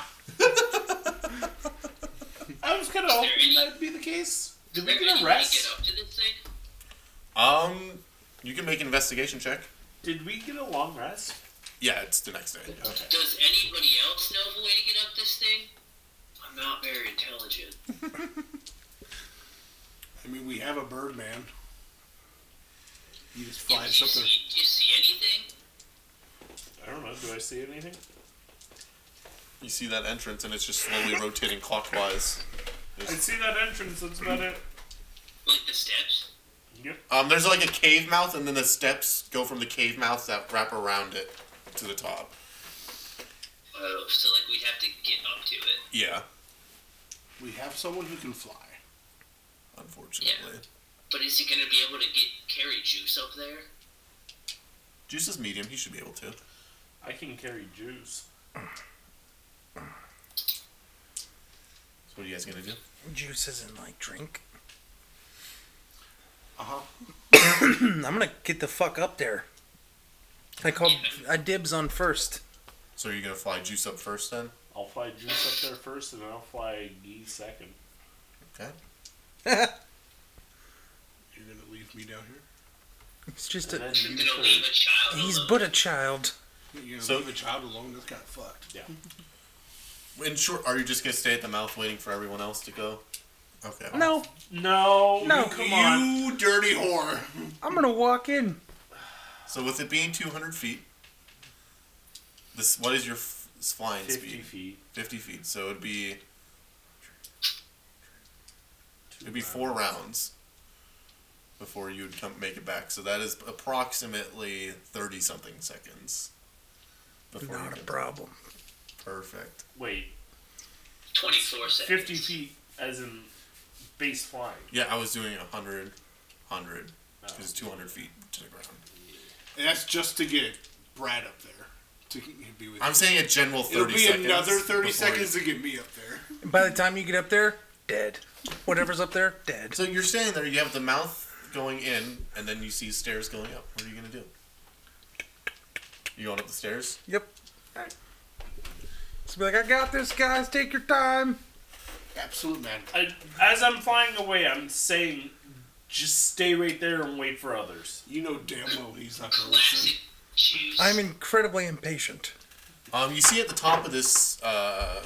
[SPEAKER 7] I was kind of
[SPEAKER 4] Oh,
[SPEAKER 6] hoping
[SPEAKER 7] hoping
[SPEAKER 6] that
[SPEAKER 7] that'd be the case. Did we get
[SPEAKER 6] Remember, did
[SPEAKER 7] a
[SPEAKER 6] we get
[SPEAKER 7] rest?
[SPEAKER 6] up to this thing?
[SPEAKER 4] Um, you can make an investigation check.
[SPEAKER 7] Did we get a long rest?
[SPEAKER 4] Yeah, it's the next day.
[SPEAKER 7] Okay.
[SPEAKER 6] Does anybody else know of a way to get up this thing? I'm not very intelligent.
[SPEAKER 8] I mean, we have a bird man. He just
[SPEAKER 6] Yeah,
[SPEAKER 8] flies
[SPEAKER 6] but you,
[SPEAKER 8] up there.
[SPEAKER 6] see, do you see anything?
[SPEAKER 7] I don't know. Do I see anything?
[SPEAKER 4] You see that entrance, and it's just slowly rotating clockwise.
[SPEAKER 7] I see that entrance. That's about it.
[SPEAKER 6] Like the steps?
[SPEAKER 4] Um, there's like a cave mouth, and then the steps go from the cave mouth that wrap around it to the top.
[SPEAKER 6] Oh, so like we'd have to get up to it.
[SPEAKER 4] Yeah,
[SPEAKER 8] We have someone who can fly.
[SPEAKER 4] unfortunately.
[SPEAKER 6] But is he gonna be able to get carry juice up there?
[SPEAKER 4] Juice is medium. He should be able to.
[SPEAKER 7] I can carry juice.
[SPEAKER 4] So what are you guys gonna do?
[SPEAKER 2] Juice isn't like drink.
[SPEAKER 8] Uh huh.
[SPEAKER 2] I'm gonna get the fuck up there. I called. I dibs on first.
[SPEAKER 4] So are you gonna fly Juice up first then?
[SPEAKER 7] I'll fly juice up there first, and I'll fly Gee second.
[SPEAKER 4] Okay.
[SPEAKER 8] You're gonna leave me down here.
[SPEAKER 2] It's just
[SPEAKER 7] And
[SPEAKER 2] a.
[SPEAKER 7] then
[SPEAKER 6] I'm
[SPEAKER 7] you
[SPEAKER 6] gonna leave
[SPEAKER 7] third.
[SPEAKER 6] a child
[SPEAKER 2] He's
[SPEAKER 6] alone.
[SPEAKER 2] but a child.
[SPEAKER 8] You're gonna
[SPEAKER 4] So-
[SPEAKER 8] leave a child alone. That's kind of fucked.
[SPEAKER 4] In short, are you just gonna stay at the mouth waiting for everyone else to go? Okay.
[SPEAKER 2] No,
[SPEAKER 7] No.
[SPEAKER 2] No.
[SPEAKER 7] Come on.
[SPEAKER 8] You dirty whore.
[SPEAKER 2] I'm gonna walk in.
[SPEAKER 4] So with it being 200 feet, this what is your f- flying
[SPEAKER 7] Fifty
[SPEAKER 4] speed?
[SPEAKER 7] feet.
[SPEAKER 4] 50 feet. So it'd be it'd be four rounds before you'd come make it back. So that is approximately 30 something seconds. Before you
[SPEAKER 2] Not a
[SPEAKER 4] get-
[SPEAKER 2] problem.
[SPEAKER 4] Perfect.
[SPEAKER 7] Wait.
[SPEAKER 6] 24 seconds.
[SPEAKER 7] Fifty feet, as in base flying.
[SPEAKER 4] Yeah, I was doing 100, 100, because 200 feet to the ground.
[SPEAKER 8] And that's just to get Brad up there to be with.
[SPEAKER 4] I'm saying a general 30
[SPEAKER 8] It'll be
[SPEAKER 4] seconds.
[SPEAKER 8] another 30
[SPEAKER 4] before you-
[SPEAKER 8] seconds to get me up there.
[SPEAKER 2] By the time you get up there, dead. Whatever's up there, dead.
[SPEAKER 4] So you're standing there, you have the mouth going in, and then you see stairs going up. What are you gonna do? You going up the stairs?
[SPEAKER 2] Yep. So be like, I got this, guys. Take your time.
[SPEAKER 8] Absolute man.
[SPEAKER 7] I, as I'm flying away, I'm saying, just stay right there and wait for others.
[SPEAKER 8] You know damn well he's not gonna listen.
[SPEAKER 6] Classic juice.
[SPEAKER 2] I'm incredibly impatient.
[SPEAKER 4] Um, you see at the top of this uh,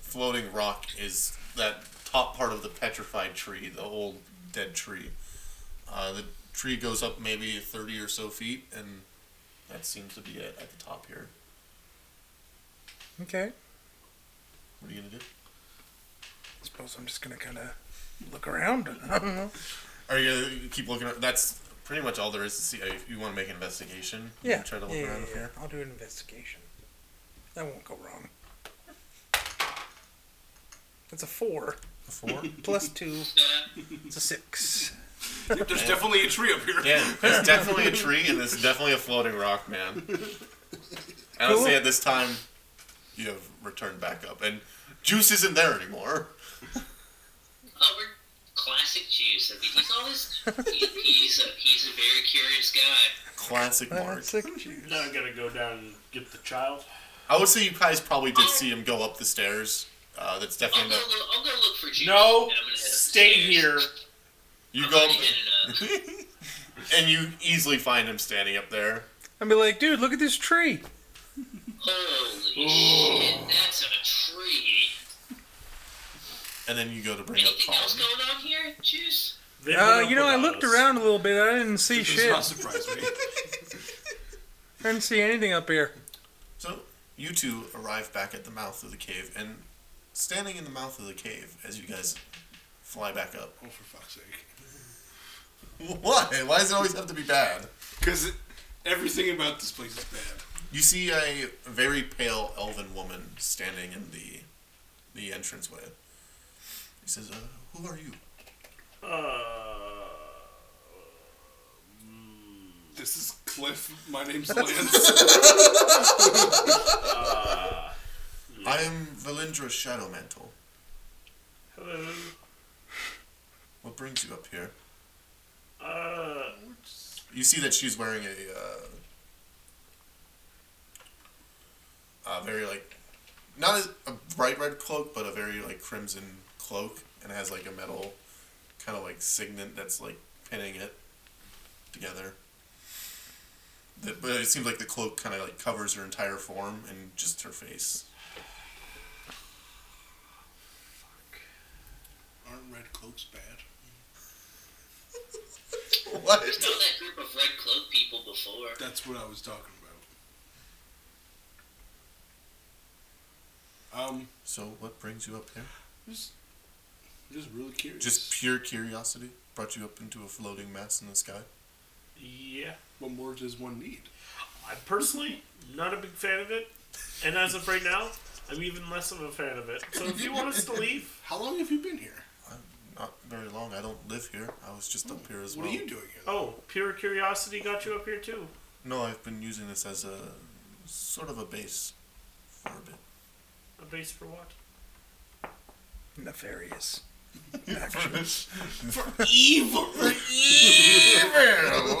[SPEAKER 4] floating rock is that top part of the petrified tree, the old dead tree. Uh, the tree goes up maybe 30 or so feet, and that seems to be it at the top here.
[SPEAKER 2] Okay.
[SPEAKER 4] What are you gonna do?
[SPEAKER 2] I suppose I'm just gonna kind of look around. I don't know.
[SPEAKER 4] Are you gonna keep looking? At, that's pretty much all there is to see. Uh, If you want to make an investigation, you
[SPEAKER 2] Yeah.
[SPEAKER 4] can try to look
[SPEAKER 2] yeah,
[SPEAKER 4] around
[SPEAKER 2] yeah,
[SPEAKER 4] up
[SPEAKER 2] yeah.
[SPEAKER 4] here.
[SPEAKER 2] I'll do an investigation. That won't go wrong. That's a four
[SPEAKER 4] Four.
[SPEAKER 2] plus two. It's a six.
[SPEAKER 8] Yep, there's definitely a tree up here.
[SPEAKER 4] Yeah, there's definitely a tree and there's definitely a floating rock, man. And I'll
[SPEAKER 2] Cool.
[SPEAKER 4] say at this time, you have returned back up, and Juice isn't there anymore.
[SPEAKER 6] Oh, we're classic juice. I mean, he's always he, he's a he's a very curious guy.
[SPEAKER 4] Classic Mark.
[SPEAKER 2] That's a
[SPEAKER 7] Now I'm gonna go down and get the child.
[SPEAKER 4] I would say you guys probably did see him go up the stairs. Uh, that's
[SPEAKER 6] I'll
[SPEAKER 4] definitely
[SPEAKER 6] go
[SPEAKER 4] not.
[SPEAKER 6] look, I'll go look for juice.
[SPEAKER 7] No,
[SPEAKER 6] and I'm gonna head
[SPEAKER 7] stay
[SPEAKER 6] upstairs.
[SPEAKER 7] here.
[SPEAKER 4] You
[SPEAKER 6] I'm
[SPEAKER 4] go
[SPEAKER 6] already
[SPEAKER 4] up,
[SPEAKER 6] headed up.
[SPEAKER 4] and you easily find him standing up there.
[SPEAKER 2] I'd be like, dude, look at this tree.
[SPEAKER 6] Holy shit, that's a tree.
[SPEAKER 4] And then you go to bring up
[SPEAKER 6] Anything else
[SPEAKER 4] Colin.
[SPEAKER 6] going on here, juice?
[SPEAKER 7] They
[SPEAKER 2] Uh,
[SPEAKER 7] went
[SPEAKER 2] you know,
[SPEAKER 7] up
[SPEAKER 2] I
[SPEAKER 7] without
[SPEAKER 2] looked
[SPEAKER 7] us.
[SPEAKER 2] around a little bit. I didn't see
[SPEAKER 8] Does
[SPEAKER 2] shit.
[SPEAKER 8] not
[SPEAKER 2] I
[SPEAKER 8] surprise me.
[SPEAKER 2] didn't see anything up here.
[SPEAKER 4] So you two arrive back at the mouth of the cave, and standing in the mouth of the cave as you guys fly back up.
[SPEAKER 8] Oh, for fuck's sake.
[SPEAKER 4] Why? Why does it always have to be bad?
[SPEAKER 8] Because everything about this place is bad.
[SPEAKER 4] You see a very pale elven woman standing in the the entranceway. He says, uh, "Who are you?"
[SPEAKER 8] This is Cliff. My name's Lance.
[SPEAKER 4] "I am Valindra Shadowmantle.
[SPEAKER 7] Hello.
[SPEAKER 4] What brings you up here?"
[SPEAKER 7] Uh,
[SPEAKER 4] You see that she's wearing a uh, uh, a very like not as a bright red cloak, but a very like crimson cloak, and has like a metal kind of like signet that's like pinning it together. The- But it seems like the cloak kind of like covers her entire form and just her face.
[SPEAKER 3] Aren't red cloaks bad?
[SPEAKER 4] What?
[SPEAKER 6] There's not that group of red cloak people before.
[SPEAKER 3] That's what I was talking about. Um,
[SPEAKER 4] So what brings you up here?
[SPEAKER 3] just, just really curious.
[SPEAKER 4] Just pure curiosity brought you up into a floating mass in the sky.
[SPEAKER 7] Yeah.
[SPEAKER 3] what more does one need?
[SPEAKER 7] I'm personally not a big fan of it, and as of right now, I'm even less of a fan of it. So if you want us to leave,
[SPEAKER 3] How long have you been here?
[SPEAKER 4] Not very long. I don't live here. I was just up here as
[SPEAKER 3] What
[SPEAKER 4] well.
[SPEAKER 3] are you doing here?
[SPEAKER 7] oh, pure curiosity got you up here too.
[SPEAKER 4] No, I've been using this as a sort of a base for a bit.
[SPEAKER 7] A base for what?
[SPEAKER 8] Nefarious.
[SPEAKER 3] For evil!
[SPEAKER 4] Evil!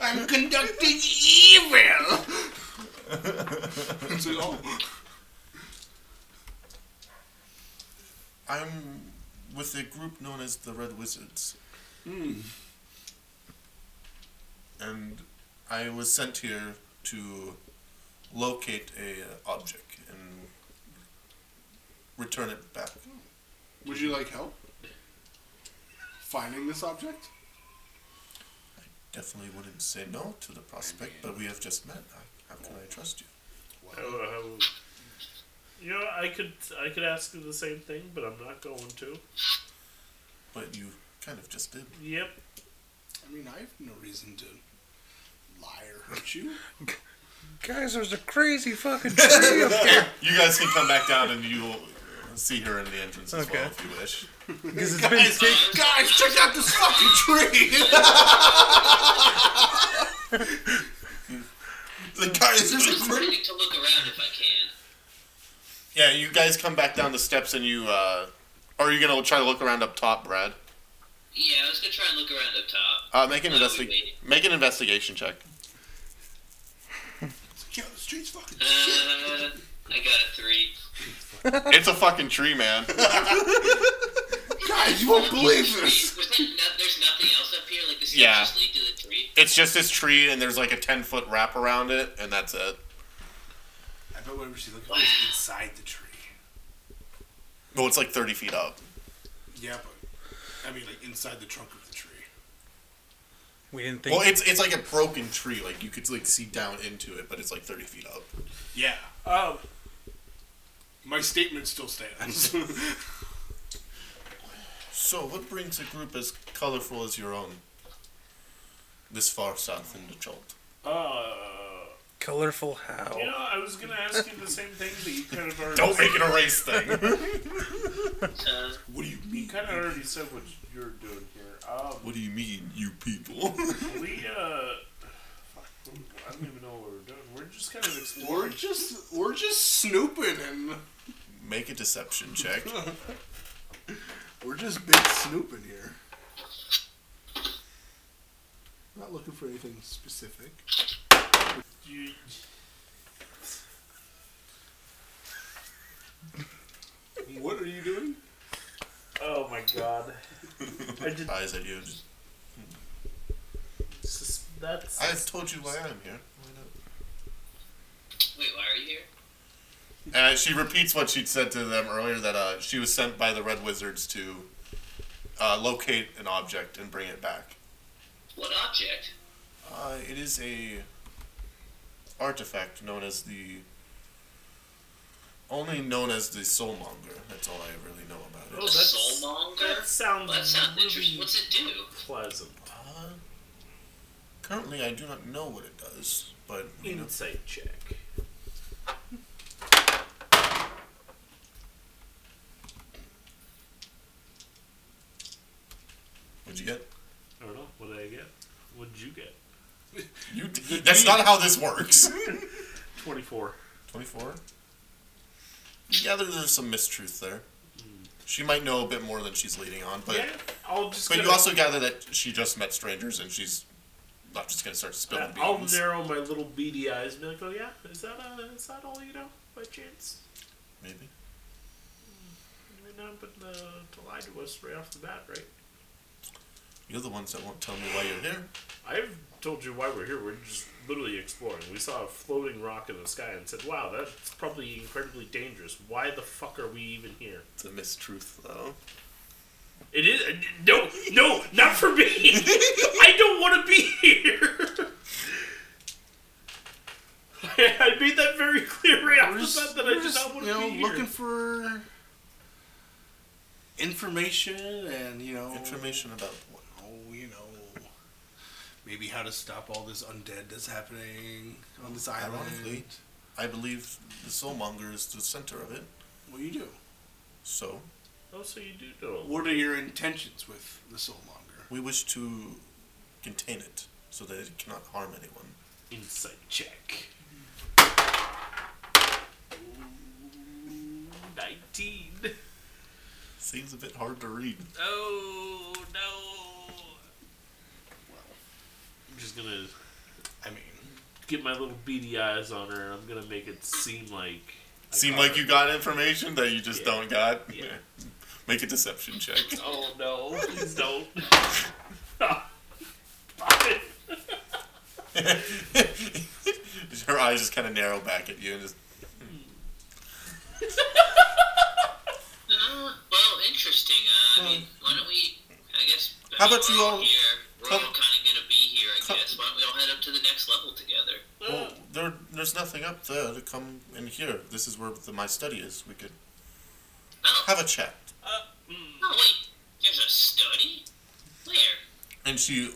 [SPEAKER 3] I'm conducting evil! so, oh,
[SPEAKER 4] I'm with a group known as the Red Wizards. And I was sent here to locate a uh, object and return it back.
[SPEAKER 3] would you like help? Finding this object?
[SPEAKER 4] Definitely wouldn't say no to the prospect, but we have just met. I, how can I trust you?
[SPEAKER 7] Oh, you know, I could I could ask you the same thing, but I'm not going to.
[SPEAKER 4] But you kind of just did.
[SPEAKER 7] Yep.
[SPEAKER 3] I mean, I have no reason to lie or hurt you.
[SPEAKER 8] Guys, there's a crazy fucking tree up here.
[SPEAKER 4] You guys can come back down and you'll see her in the entrance as
[SPEAKER 8] Okay.
[SPEAKER 4] well if you wish.
[SPEAKER 8] Because it's been taken.
[SPEAKER 3] Guys, check out this fucking tree!
[SPEAKER 4] The guys, there's a
[SPEAKER 6] I'm
[SPEAKER 4] group.
[SPEAKER 6] ready to look around if I can.
[SPEAKER 4] Yeah, you guys come back down the steps and you, uh, are you gonna try to look around up top, Brad?
[SPEAKER 6] Yeah, I was gonna try and look around up top.
[SPEAKER 4] Uh, make an
[SPEAKER 6] No,
[SPEAKER 4] investi-
[SPEAKER 6] wait.
[SPEAKER 4] make an investigation check.
[SPEAKER 3] Yo, the street's fucking shit!
[SPEAKER 6] Uh, I got a three.
[SPEAKER 4] It's a fucking tree, man.
[SPEAKER 3] Guys, you won't believe this!
[SPEAKER 6] Was there no- there's nothing else up here. Like this
[SPEAKER 4] Yeah.
[SPEAKER 6] just lead to the tree.
[SPEAKER 4] It's just this tree and there's like a ten foot wrap around it and that's it.
[SPEAKER 3] I bet whatever she's looking for is inside the tree.
[SPEAKER 4] Well, it's like thirty feet up.
[SPEAKER 3] Yeah, but, I mean, like, inside the trunk of the tree.
[SPEAKER 8] We didn't think.
[SPEAKER 4] Well, it's it's like a broken tree. Like you could like see down into it, but it's like thirty feet up.
[SPEAKER 3] Yeah,
[SPEAKER 7] Um,
[SPEAKER 3] my statement still stands.
[SPEAKER 4] So, what brings a group as colorful as your own this far south in the Jolt?
[SPEAKER 7] uh,
[SPEAKER 8] colorful how.
[SPEAKER 7] you know, I was gonna ask you the same thing, but you kind of already
[SPEAKER 4] Don't make it a race thing.
[SPEAKER 6] Uh,
[SPEAKER 4] what do you
[SPEAKER 7] you
[SPEAKER 4] mean?
[SPEAKER 7] kind of already said what you're doing here. Um,
[SPEAKER 4] What do you mean, you people?
[SPEAKER 7] we uh, fuck, I don't even know what we're doing. We're just kind of
[SPEAKER 3] we're
[SPEAKER 7] exploring.
[SPEAKER 3] just, we're just snooping and
[SPEAKER 4] make a deception check.
[SPEAKER 3] we're just big snooping here. Not looking for anything specific.
[SPEAKER 7] You,
[SPEAKER 3] What are you doing?
[SPEAKER 7] oh my god, I did.
[SPEAKER 4] Eyes at you. Just,
[SPEAKER 7] sus- That's
[SPEAKER 4] I have told you why I'm here.
[SPEAKER 6] wait, why are you here?
[SPEAKER 4] Uh, she repeats what she'd said to them earlier that uh, she was sent by the Red Wizards to uh, locate an object and bring it back.
[SPEAKER 6] What object?
[SPEAKER 4] Uh, it is a artifact known as the only known as the Soulmonger. That's all I really know about it.
[SPEAKER 7] Oh, that's-
[SPEAKER 6] Soulmonger.
[SPEAKER 7] that sounds
[SPEAKER 6] Well, that sounds
[SPEAKER 7] really
[SPEAKER 6] interesting. What's it do?
[SPEAKER 7] pleasant.
[SPEAKER 4] Uh, currently, I do not know what it does, but you know,
[SPEAKER 7] Insight check.
[SPEAKER 4] what'd you get?
[SPEAKER 7] I don't know. What did I get? What did you get?
[SPEAKER 4] You that's not how this works.
[SPEAKER 7] Twenty-four.
[SPEAKER 4] Twenty-four. You gather there's some mistruth there. She might know a bit more than she's leading on, but
[SPEAKER 7] Hmm. yeah, I'll just.
[SPEAKER 4] but
[SPEAKER 7] gonna-
[SPEAKER 4] you also gather that she just met strangers and she's not just gonna start spilling
[SPEAKER 7] Uh, I'll
[SPEAKER 4] beans.
[SPEAKER 7] narrow my little beady eyes and be like, oh yeah, is that, uh, is that all you know, by chance?
[SPEAKER 4] Maybe.
[SPEAKER 7] You're not but uh, to lie to us right off the bat, right?
[SPEAKER 4] You're the ones that won't tell me why you're here.
[SPEAKER 7] I've told you why we're here. We're just literally exploring. We saw a floating rock in the sky and said, wow, that's probably incredibly dangerous. Why the fuck are we even here?
[SPEAKER 4] It's a mistruth, though.
[SPEAKER 7] It is. uh, No, no, not for me! I don't want to be here! I made that very clear right off
[SPEAKER 3] We're
[SPEAKER 7] the
[SPEAKER 3] just,
[SPEAKER 7] bat that I
[SPEAKER 3] we're
[SPEAKER 7] did
[SPEAKER 3] just,
[SPEAKER 7] not want
[SPEAKER 3] you
[SPEAKER 7] to
[SPEAKER 3] know,
[SPEAKER 7] be
[SPEAKER 3] looking
[SPEAKER 7] here.
[SPEAKER 3] for information and, you know,
[SPEAKER 4] Information about what?
[SPEAKER 3] oh, you know, maybe how to stop all this undead that's happening on this island.
[SPEAKER 4] Ironically, I believe the soulmonger is the center of it.
[SPEAKER 3] What do you do?
[SPEAKER 4] So,
[SPEAKER 7] Oh, so you do know.
[SPEAKER 3] What are your intentions with the soulmonger?
[SPEAKER 4] we wish to contain it so that it cannot harm anyone.
[SPEAKER 7] Insight check. 19.
[SPEAKER 4] Seems a bit hard to read.
[SPEAKER 6] Oh no!
[SPEAKER 7] I'm just gonna
[SPEAKER 3] I mean,
[SPEAKER 7] get my little beady eyes on her and I'm gonna make it seem like. I
[SPEAKER 4] Seem
[SPEAKER 7] got
[SPEAKER 4] like
[SPEAKER 7] her.
[SPEAKER 4] you got information that you just
[SPEAKER 7] Yeah.
[SPEAKER 4] don't got.
[SPEAKER 7] Yeah.
[SPEAKER 4] Make a deception check.
[SPEAKER 7] Oh no, please don't. Five.
[SPEAKER 4] Her eyes just kind of narrow back at you and just
[SPEAKER 6] Uh, well, interesting. Uh, I mean, why don't we? I guess. I
[SPEAKER 4] How
[SPEAKER 6] mean,
[SPEAKER 4] about
[SPEAKER 6] we're
[SPEAKER 4] you all-
[SPEAKER 6] Here. We're
[SPEAKER 4] how-
[SPEAKER 6] all kind of gonna be here, I
[SPEAKER 4] how-
[SPEAKER 6] guess. Why don't we all head up to the next level together?
[SPEAKER 7] Oh.
[SPEAKER 4] Well, there, there's nothing up there to come in here. This is where the, my study is. We could
[SPEAKER 6] Oh,
[SPEAKER 4] have a chat.
[SPEAKER 6] oh wait. There's a study. Where?
[SPEAKER 4] And she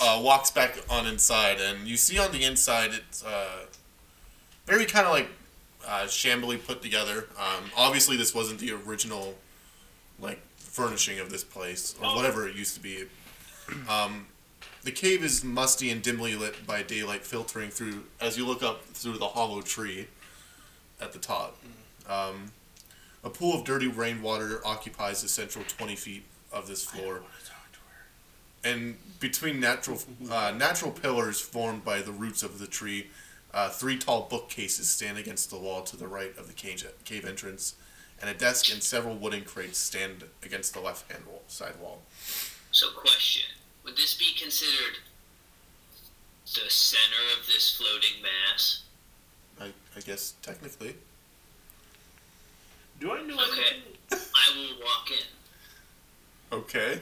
[SPEAKER 4] uh, walks back on inside, and you see on the inside it's uh, very kind of like uh, shambly put together. Um, obviously, this wasn't the original like furnishing of this place or whatever it used to be. Um, the cave is musty and dimly lit by daylight filtering through as you look up through the hollow tree at the top. Um, a pool of dirty rainwater occupies the central 20 feet of this floor and between natural uh, natural pillars formed by the roots of the tree, uh, three tall bookcases stand against the wall to the right of the cave, cave entrance, and a desk and several wooden crates stand against the left hand wall, side wall.
[SPEAKER 6] So, question: Would this be considered the center of this floating mass?
[SPEAKER 4] I, I guess technically,
[SPEAKER 7] Do I know
[SPEAKER 6] Okay.
[SPEAKER 7] anything?
[SPEAKER 6] I will walk in.
[SPEAKER 4] okay.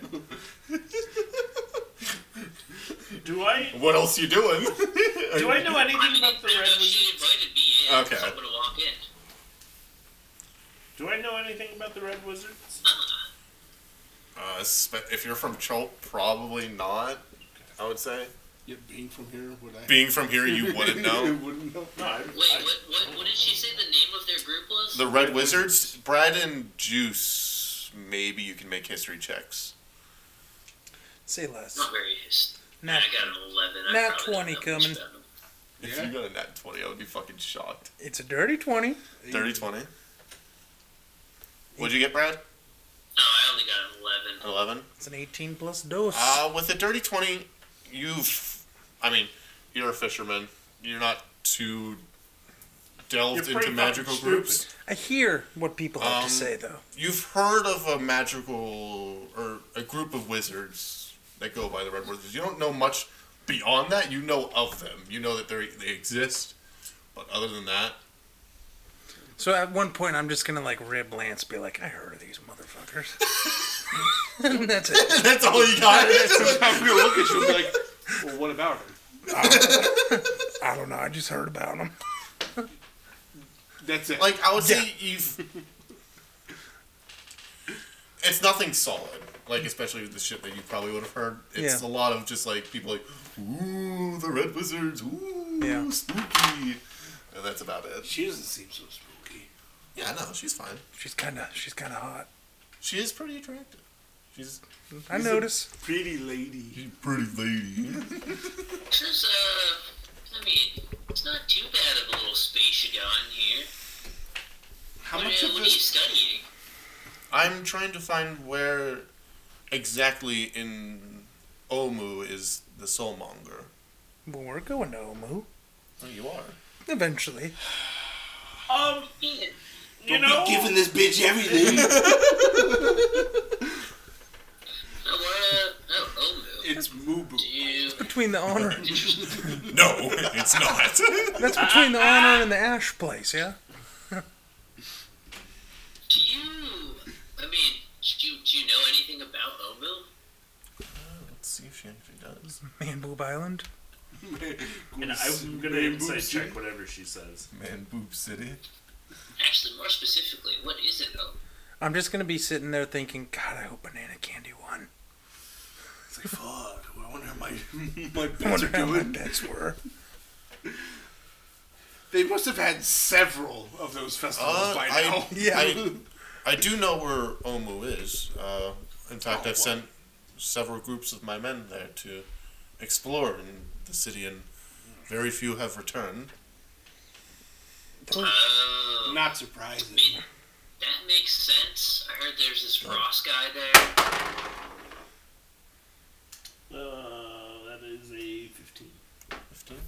[SPEAKER 7] Do I
[SPEAKER 4] what else you doing?
[SPEAKER 7] do I know
[SPEAKER 6] I
[SPEAKER 7] anything
[SPEAKER 6] mean,
[SPEAKER 7] about the
[SPEAKER 6] I
[SPEAKER 7] red
[SPEAKER 6] know
[SPEAKER 7] wizards?
[SPEAKER 6] she invited me in.
[SPEAKER 4] Okay.
[SPEAKER 6] So I'm gonna walk in.
[SPEAKER 7] Do I know anything about the red wizards?
[SPEAKER 6] Ah,
[SPEAKER 4] Uh, spe- if you're from Chult, probably not. I would say
[SPEAKER 3] yeah, being from here, would I?
[SPEAKER 4] being from here, you wouldn't know.
[SPEAKER 3] wouldn't know.
[SPEAKER 7] No, I,
[SPEAKER 6] wait. What, what? What did she say? The name of their group was?
[SPEAKER 4] The Red Wizards, Brad and Juice. Maybe you can make history checks.
[SPEAKER 8] Say less.
[SPEAKER 6] Not very his.
[SPEAKER 8] Nah.
[SPEAKER 6] I got an eleven. I
[SPEAKER 8] Nat
[SPEAKER 6] probably don't
[SPEAKER 8] 20
[SPEAKER 6] know much
[SPEAKER 8] coming.
[SPEAKER 6] about them.
[SPEAKER 4] If
[SPEAKER 3] Yeah.
[SPEAKER 4] you got a nat 20, I would be fucking shocked.
[SPEAKER 8] It's a dirty 20.
[SPEAKER 4] Dirty 20. What'd you get, Brad?
[SPEAKER 6] No, I only got an eleven.
[SPEAKER 4] 11.
[SPEAKER 8] It's an 18 plus dose.
[SPEAKER 4] Uh, with a dirty 20, you've. I mean, you're a fisherman. You're not too delved
[SPEAKER 7] You're
[SPEAKER 4] into
[SPEAKER 7] pretty
[SPEAKER 4] magical
[SPEAKER 7] fucking
[SPEAKER 4] groups.
[SPEAKER 8] I hear what people have
[SPEAKER 4] um,
[SPEAKER 8] to say, though.
[SPEAKER 4] You've heard of a magical. or a group of wizards that go by the Red Wizards. You don't know much beyond that. You know of them. You know that they're- they exist. But other than that,
[SPEAKER 8] So at one point, I'm just going to like rib Lance, be like, I heard of these motherfuckers. and that's it.
[SPEAKER 4] that's all you got.
[SPEAKER 3] I'm gonna look at you and be like, well, what about him?
[SPEAKER 8] I don't know. I just heard about them.
[SPEAKER 3] That's it.
[SPEAKER 4] Like I would say you've. It's nothing solid, like especially with the shit that you probably would have heard. It's
[SPEAKER 8] Yeah.
[SPEAKER 4] a lot of just like people like, ooh, the red wizards, ooh,
[SPEAKER 8] Yeah.
[SPEAKER 4] spooky, and that's about it.
[SPEAKER 3] she doesn't seem so spooky.
[SPEAKER 4] Yeah, no, she's fine.
[SPEAKER 8] She's kind of she's kind of hot.
[SPEAKER 4] She is pretty attractive. She's
[SPEAKER 8] I notice.
[SPEAKER 3] Pretty lady.
[SPEAKER 4] she's a pretty lady.
[SPEAKER 6] This is uh, I mean, it's not too bad of a little space you got in here.
[SPEAKER 3] How
[SPEAKER 6] what,
[SPEAKER 3] much
[SPEAKER 6] uh,
[SPEAKER 3] of
[SPEAKER 6] what are you
[SPEAKER 3] this?
[SPEAKER 6] studying?
[SPEAKER 4] I'm trying to find where exactly in Omu is the soulmonger.
[SPEAKER 8] Well, we're going to Omu
[SPEAKER 4] Oh, you are.
[SPEAKER 8] eventually.
[SPEAKER 7] Um,
[SPEAKER 6] Yeah.
[SPEAKER 7] you know,
[SPEAKER 3] this bitch everything.
[SPEAKER 6] Oh, what, uh, oh, Omu.
[SPEAKER 3] it's Mubu.
[SPEAKER 6] Do you, do
[SPEAKER 8] between the honor.
[SPEAKER 4] No, it's not.
[SPEAKER 8] That's between the honor and the ash place, yeah.
[SPEAKER 6] Do you? I mean, do you, do you know anything about Omu?
[SPEAKER 4] Let's see if she actually does.
[SPEAKER 8] Man Boob Island.
[SPEAKER 7] And I'm gonna insight check whatever she says.
[SPEAKER 4] Man, boob city.
[SPEAKER 6] Actually, more specifically, what is it though?
[SPEAKER 8] I'm just gonna be sitting there thinking, God, I hope Banana Candy won.
[SPEAKER 3] It's like, fuck. I wonder how my my
[SPEAKER 8] I
[SPEAKER 3] bits
[SPEAKER 8] wonder
[SPEAKER 3] are
[SPEAKER 8] how my
[SPEAKER 3] doing.
[SPEAKER 8] bets were.
[SPEAKER 3] They must have had several of those festivals
[SPEAKER 4] Uh,
[SPEAKER 3] by
[SPEAKER 4] I-
[SPEAKER 3] now.
[SPEAKER 8] Yeah.
[SPEAKER 4] I, I do know where Omu is. Uh, in fact,
[SPEAKER 3] Oh,
[SPEAKER 4] I've
[SPEAKER 3] wow.
[SPEAKER 4] sent several groups of my men there to explore in the city, and very few have returned.
[SPEAKER 6] Oh,
[SPEAKER 3] Not surprising.
[SPEAKER 6] that makes sense. I heard there's this Ross guy there.
[SPEAKER 7] Uh, that is a 15.
[SPEAKER 4] Fifteen.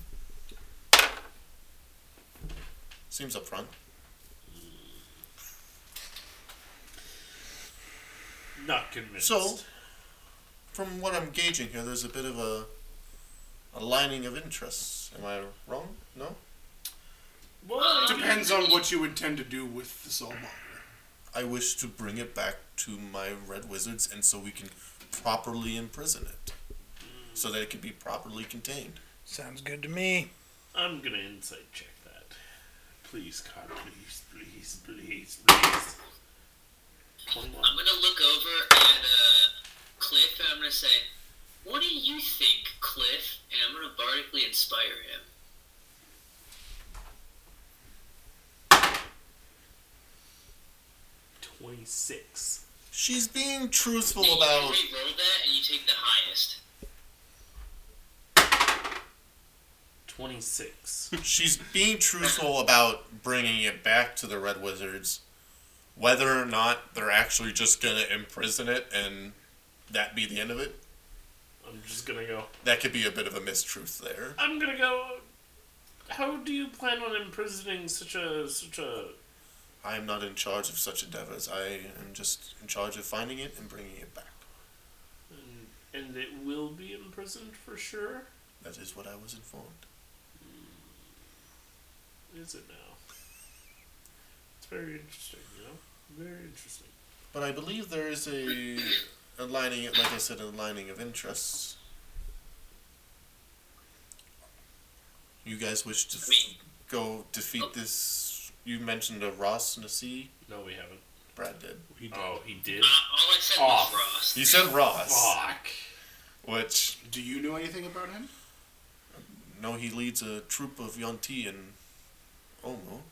[SPEAKER 4] Seems upfront.
[SPEAKER 7] Not convinced.
[SPEAKER 4] So, from what I'm gauging here, there's a bit of a aligning of interests. Am I wrong? No.
[SPEAKER 7] Well,
[SPEAKER 3] Depends on what you intend to do with the soul monitor.
[SPEAKER 4] I wish to bring it back to my red wizards, and so we can properly imprison it, so that it can be properly contained.
[SPEAKER 8] Sounds good to me.
[SPEAKER 7] I'm gonna insight check that. Please, God, please, please, please, please. Twenty-one.
[SPEAKER 6] I'm gonna look over at uh, Cliff and I'm gonna say, "What do you think, Cliff?" And I'm gonna bardically inspire him.
[SPEAKER 7] Twenty-six.
[SPEAKER 4] She's being truthful
[SPEAKER 6] And
[SPEAKER 4] about.
[SPEAKER 6] you re-roll that and you take the highest.
[SPEAKER 7] Twenty-six.
[SPEAKER 4] She's being truthful about bringing it back to the red wizards, whether or not they're actually just gonna imprison it and that be the end of it.
[SPEAKER 7] I'm just gonna go.
[SPEAKER 4] That could be a bit of a mistruth there.
[SPEAKER 7] I'm gonna go. How do you plan on imprisoning such a such a?
[SPEAKER 4] I am not in charge of such endeavors. I am just in charge of finding it and bringing it back.
[SPEAKER 7] And, and it will be imprisoned for sure.
[SPEAKER 4] That is what I was informed.
[SPEAKER 7] Is it now? It's very interesting. You know, very interesting.
[SPEAKER 4] But I believe there is a aligning, like I said, aligning of interests. You guys wish to
[SPEAKER 6] I mean,
[SPEAKER 4] go defeat this. You mentioned a Ross Nasi.
[SPEAKER 7] No, we haven't.
[SPEAKER 4] Brad did.
[SPEAKER 7] He did. Oh, he did.
[SPEAKER 6] uh, all I said
[SPEAKER 7] Off.
[SPEAKER 6] was Ross.
[SPEAKER 4] You said Ross,
[SPEAKER 7] Fuck.
[SPEAKER 4] which
[SPEAKER 3] Do you know anything about him?
[SPEAKER 4] no, he leads a troop of Yonti and Omo.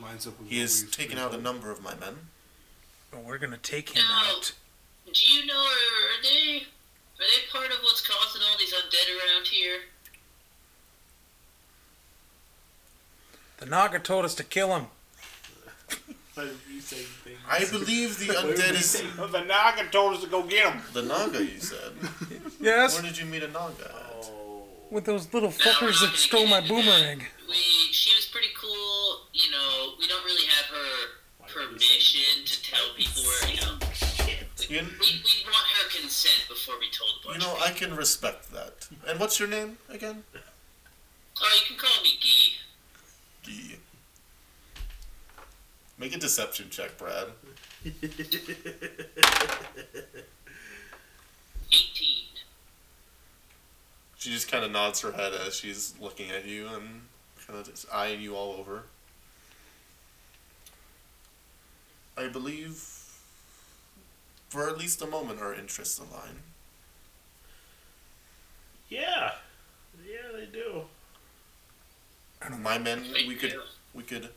[SPEAKER 3] Lines up with
[SPEAKER 4] He
[SPEAKER 3] what
[SPEAKER 4] has
[SPEAKER 3] we've
[SPEAKER 4] taken
[SPEAKER 3] been
[SPEAKER 4] out a
[SPEAKER 3] told.
[SPEAKER 4] number of my men.
[SPEAKER 8] But we're gonna take him
[SPEAKER 6] No.
[SPEAKER 8] out.
[SPEAKER 6] Do you know? Are they are they part of what's causing all these undead around here?
[SPEAKER 8] The Naga told us to kill him.
[SPEAKER 7] Why did you say anything?
[SPEAKER 4] I believe the undead is
[SPEAKER 3] The Naga told us to go get him.
[SPEAKER 4] the Naga. You said.
[SPEAKER 8] Yes.
[SPEAKER 4] Where did you meet a Naga? At?
[SPEAKER 8] With those little fuckers that stole my boomerang.
[SPEAKER 6] We she was pretty cool. You know, we don't really have her permission to tell people where you know.
[SPEAKER 4] You,
[SPEAKER 6] We we want her consent before we told. a
[SPEAKER 4] you
[SPEAKER 6] bunch
[SPEAKER 4] know,
[SPEAKER 6] of
[SPEAKER 4] I can respect that. And what's your name again?
[SPEAKER 6] people. Oh, you can call me Gee.
[SPEAKER 4] Gee. Make a deception check, Brad.
[SPEAKER 6] 18.
[SPEAKER 4] She just kind of nods her head as she's looking at you and kind of just eyeing you all over. I believe, for at least a moment, our interests align.
[SPEAKER 7] Yeah, yeah, they do.
[SPEAKER 4] My men, we could we could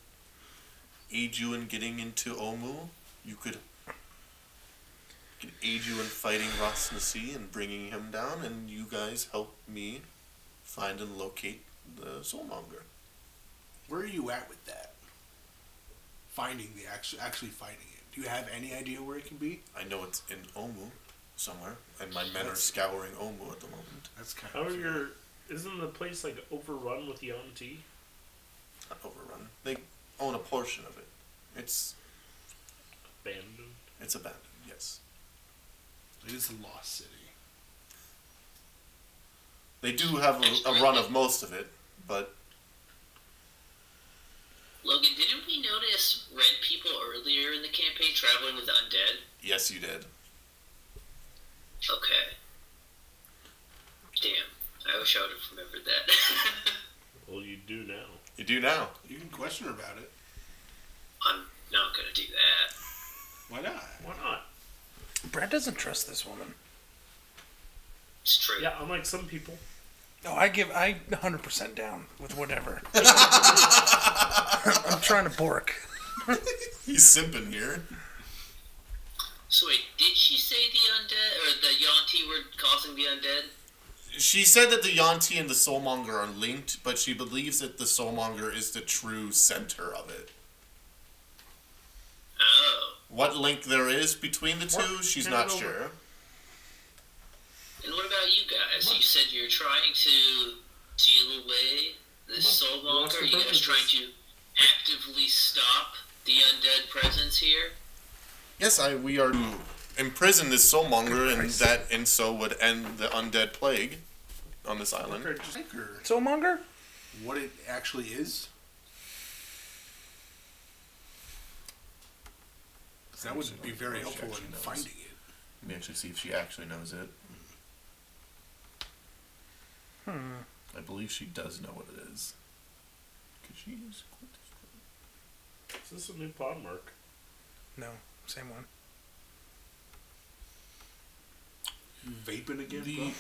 [SPEAKER 4] aid you in getting into Omu. You could, we could aid you in fighting Rosnasi and bringing him down, and you guys help me find and locate the Soulmonger.
[SPEAKER 3] Where are you at with that? Finding the actually actually finding it. Do you have any idea where it can be?
[SPEAKER 4] I know it's in Omu somewhere, and my men are scouring Omu at the moment.
[SPEAKER 3] That's kind
[SPEAKER 7] How are your? Isn't the place like overrun with young tea?
[SPEAKER 4] Not overrun. They own a portion of it. It's
[SPEAKER 7] Abandoned.
[SPEAKER 4] it's abandoned. Yes.
[SPEAKER 3] It is a lost city.
[SPEAKER 4] They do have a, a run of most of it, but
[SPEAKER 6] Logan, didn't we notice red people earlier in the campaign traveling with undead?
[SPEAKER 4] yes, you did.
[SPEAKER 6] Okay. Damn. I wish I would have remembered that.
[SPEAKER 7] Well, you do now.
[SPEAKER 4] You do now.
[SPEAKER 3] You can question her about it.
[SPEAKER 6] I'm not gonna do that.
[SPEAKER 3] Why not?
[SPEAKER 7] Why not?
[SPEAKER 8] Brad doesn't trust this woman.
[SPEAKER 6] It's true.
[SPEAKER 7] Yeah, unlike some people.
[SPEAKER 8] No, I give I 100% down with whatever. I'm trying to bork.
[SPEAKER 4] He's simping here.
[SPEAKER 6] So wait, did she say the undead or the Yonti were causing the undead?
[SPEAKER 4] She said that the Yanti and the Soulmonger are linked, but she believes that the Soulmonger is the true center of it.
[SPEAKER 6] Oh.
[SPEAKER 4] What link there is between the two, she's
[SPEAKER 7] Hand it
[SPEAKER 4] not
[SPEAKER 7] over.
[SPEAKER 4] sure.
[SPEAKER 6] And what about you guys? You said you're trying to deal away this soul
[SPEAKER 7] what's
[SPEAKER 6] longer.
[SPEAKER 7] the
[SPEAKER 6] You guys
[SPEAKER 7] purpose?
[SPEAKER 6] trying to actively stop the undead presence here?
[SPEAKER 4] Yes, I we are to imprison this Soulmonger, and that and so would end the undead plague on this island.
[SPEAKER 3] Just like her.
[SPEAKER 8] Soulmonger?
[SPEAKER 3] What it actually is? That would be very helpful in finding it.
[SPEAKER 4] Let me actually see if she actually knows it. Hmm. I believe she does know what it is. Could she use?
[SPEAKER 7] Is this a new pod mark?
[SPEAKER 8] No, same one.
[SPEAKER 3] You vaping again,
[SPEAKER 4] The-
[SPEAKER 3] bro?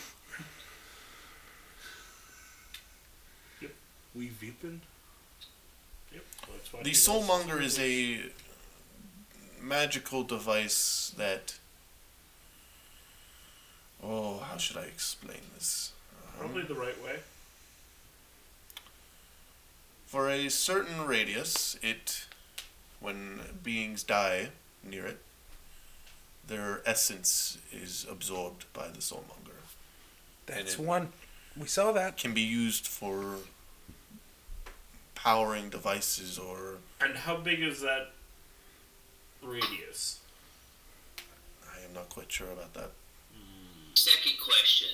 [SPEAKER 7] Yep.
[SPEAKER 3] We vaping?
[SPEAKER 7] Yep. That's why
[SPEAKER 4] The
[SPEAKER 7] he does.
[SPEAKER 4] soulmonger is a magical device that. Oh, how should I explain this?
[SPEAKER 7] Probably the right way.
[SPEAKER 4] For a certain radius, it, when beings die near it, their essence is absorbed by the soulmonger.
[SPEAKER 8] That's
[SPEAKER 4] it-
[SPEAKER 8] one. We saw that.
[SPEAKER 4] Can be used for powering devices or
[SPEAKER 7] And how big is that radius?
[SPEAKER 4] I am not quite sure about that.
[SPEAKER 6] Second question.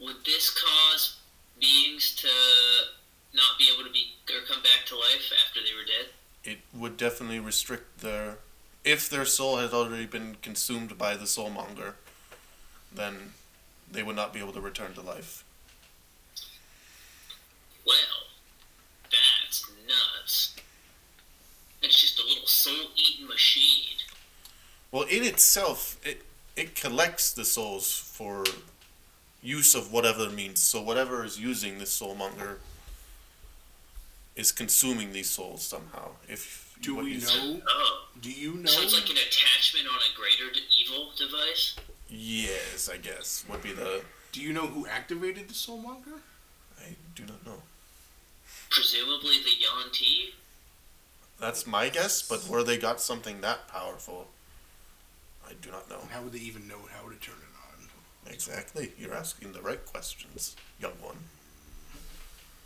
[SPEAKER 6] Would this cause beings to not be able to be or come back to life after they were dead?
[SPEAKER 4] It would definitely restrict their if their soul has already been consumed by the soulmonger, then they would not be able to return to life.
[SPEAKER 6] Well, that's nuts. It's just a little soul eating machine.
[SPEAKER 4] Well, it itself, it it collects the souls for use of whatever means. So whatever is using this soulmonger is consuming these souls somehow. If
[SPEAKER 3] Do
[SPEAKER 4] what
[SPEAKER 3] we
[SPEAKER 4] you-
[SPEAKER 3] know?
[SPEAKER 6] Oh.
[SPEAKER 3] Do you know?
[SPEAKER 6] So it's like an attachment on a greater d- evil device?
[SPEAKER 4] Yes, I guess would be the.
[SPEAKER 3] Do you know who activated the soulmonger?
[SPEAKER 4] I do not know.
[SPEAKER 6] Presumably the Yonti?
[SPEAKER 4] That's my guess, but where they got something that powerful, I do not know.
[SPEAKER 3] How would they even know how to turn it on?
[SPEAKER 4] Exactly. You're asking the right questions, young one.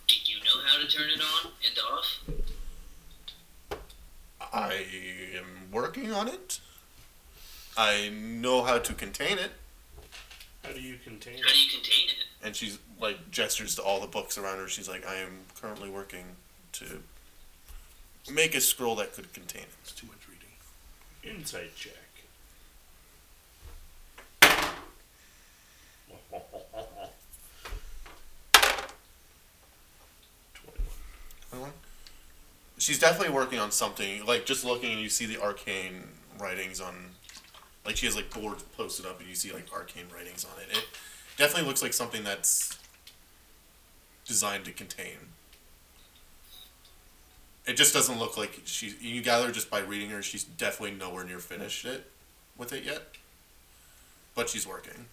[SPEAKER 6] Did you know how to turn it on and off?
[SPEAKER 4] I am working on it. I know how to contain it.
[SPEAKER 7] How do you contain
[SPEAKER 6] How do
[SPEAKER 7] it?
[SPEAKER 6] you contain it?
[SPEAKER 4] And she's like gestures to all the books around her. She's like, I am currently working to make a scroll that could contain it.
[SPEAKER 3] It's too much reading.
[SPEAKER 7] Insight check.
[SPEAKER 4] She's definitely working on something. Like just looking and you see the arcane writings on like she has like boards posted up and you see like arcane writings on it. It definitely looks like something that's designed to contain. It just doesn't look like she you gather just by reading her, she's definitely nowhere near finished it with it yet. But she's working.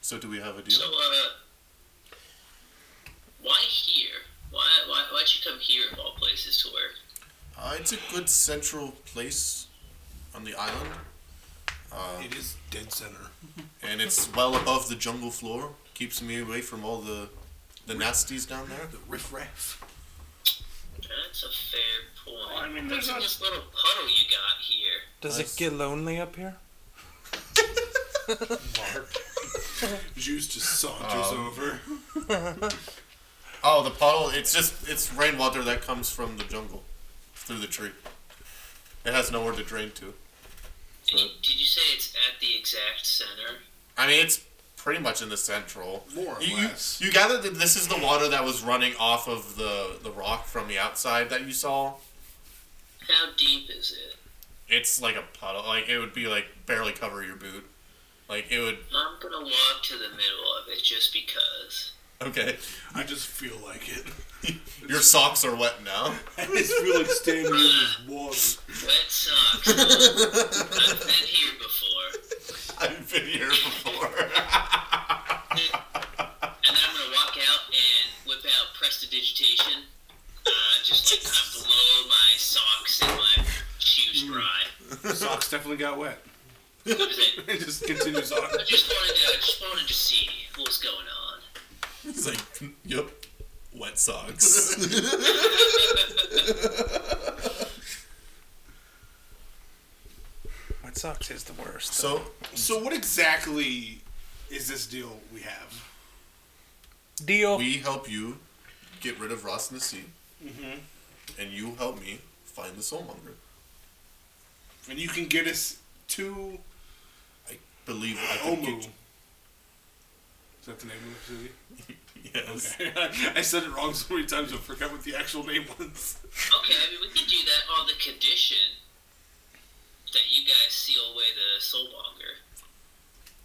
[SPEAKER 4] So do we have a deal?
[SPEAKER 6] So, uh, why here? Why, why, why'd you come here of all places to work?
[SPEAKER 4] Uh, it's a good central place on the island,
[SPEAKER 3] It is dead center.
[SPEAKER 4] and it's well above the jungle floor. Keeps me away from all the the nasties down there.
[SPEAKER 3] The riffraff.
[SPEAKER 6] That's a fair point.
[SPEAKER 7] I mean,
[SPEAKER 6] What's
[SPEAKER 7] there's
[SPEAKER 6] in
[SPEAKER 7] not-
[SPEAKER 6] this little puddle you got here?
[SPEAKER 8] Does it get lonely up here?
[SPEAKER 3] Juice just saunters over.
[SPEAKER 4] Oh, the puddle. It's just it's rainwater that comes from the jungle, through the tree. It has nowhere to drain to.
[SPEAKER 6] And you, did you say it's at the exact center?
[SPEAKER 4] I mean, it's pretty much in the central.
[SPEAKER 3] More or
[SPEAKER 4] you, you-
[SPEAKER 3] less.
[SPEAKER 4] You, gather that this is the water that was running off of the the rock from the outside that you saw.
[SPEAKER 6] How deep is it?
[SPEAKER 4] It's like a puddle. Like it would be like barely cover your boot. Like it would.
[SPEAKER 6] I'm gonna walk to the middle of it just because.
[SPEAKER 4] Okay.
[SPEAKER 3] I just feel like it.
[SPEAKER 4] Your socks are wet now.
[SPEAKER 3] I just feel like standing in this water.
[SPEAKER 6] Wet socks. I've been here before.
[SPEAKER 4] I've been here before.
[SPEAKER 6] And then I'm gonna walk out and whip out prestidigitation. Uh, just to kind of blow my socks and my shoes dry.
[SPEAKER 3] Socks definitely got wet.
[SPEAKER 6] That was it.
[SPEAKER 3] It just continues on.
[SPEAKER 6] I just wanted to, I just wanted to see what's going on.
[SPEAKER 4] It's like, yep, wet socks.
[SPEAKER 8] What sucks is the worst.
[SPEAKER 4] so,
[SPEAKER 3] So what exactly is this deal we have?
[SPEAKER 8] Deal.
[SPEAKER 4] we help you get rid of Ross in the sea, and you help me find the soulmonger.
[SPEAKER 3] And you can get us to
[SPEAKER 4] I believe I can
[SPEAKER 3] Omu.
[SPEAKER 4] get
[SPEAKER 3] Is that the name of the city?
[SPEAKER 4] you- Yes.
[SPEAKER 3] I said it wrong so many times I forgot what the actual name was.
[SPEAKER 6] Okay, I mean, we can do that on the condition that you guys seal away the soulmonger.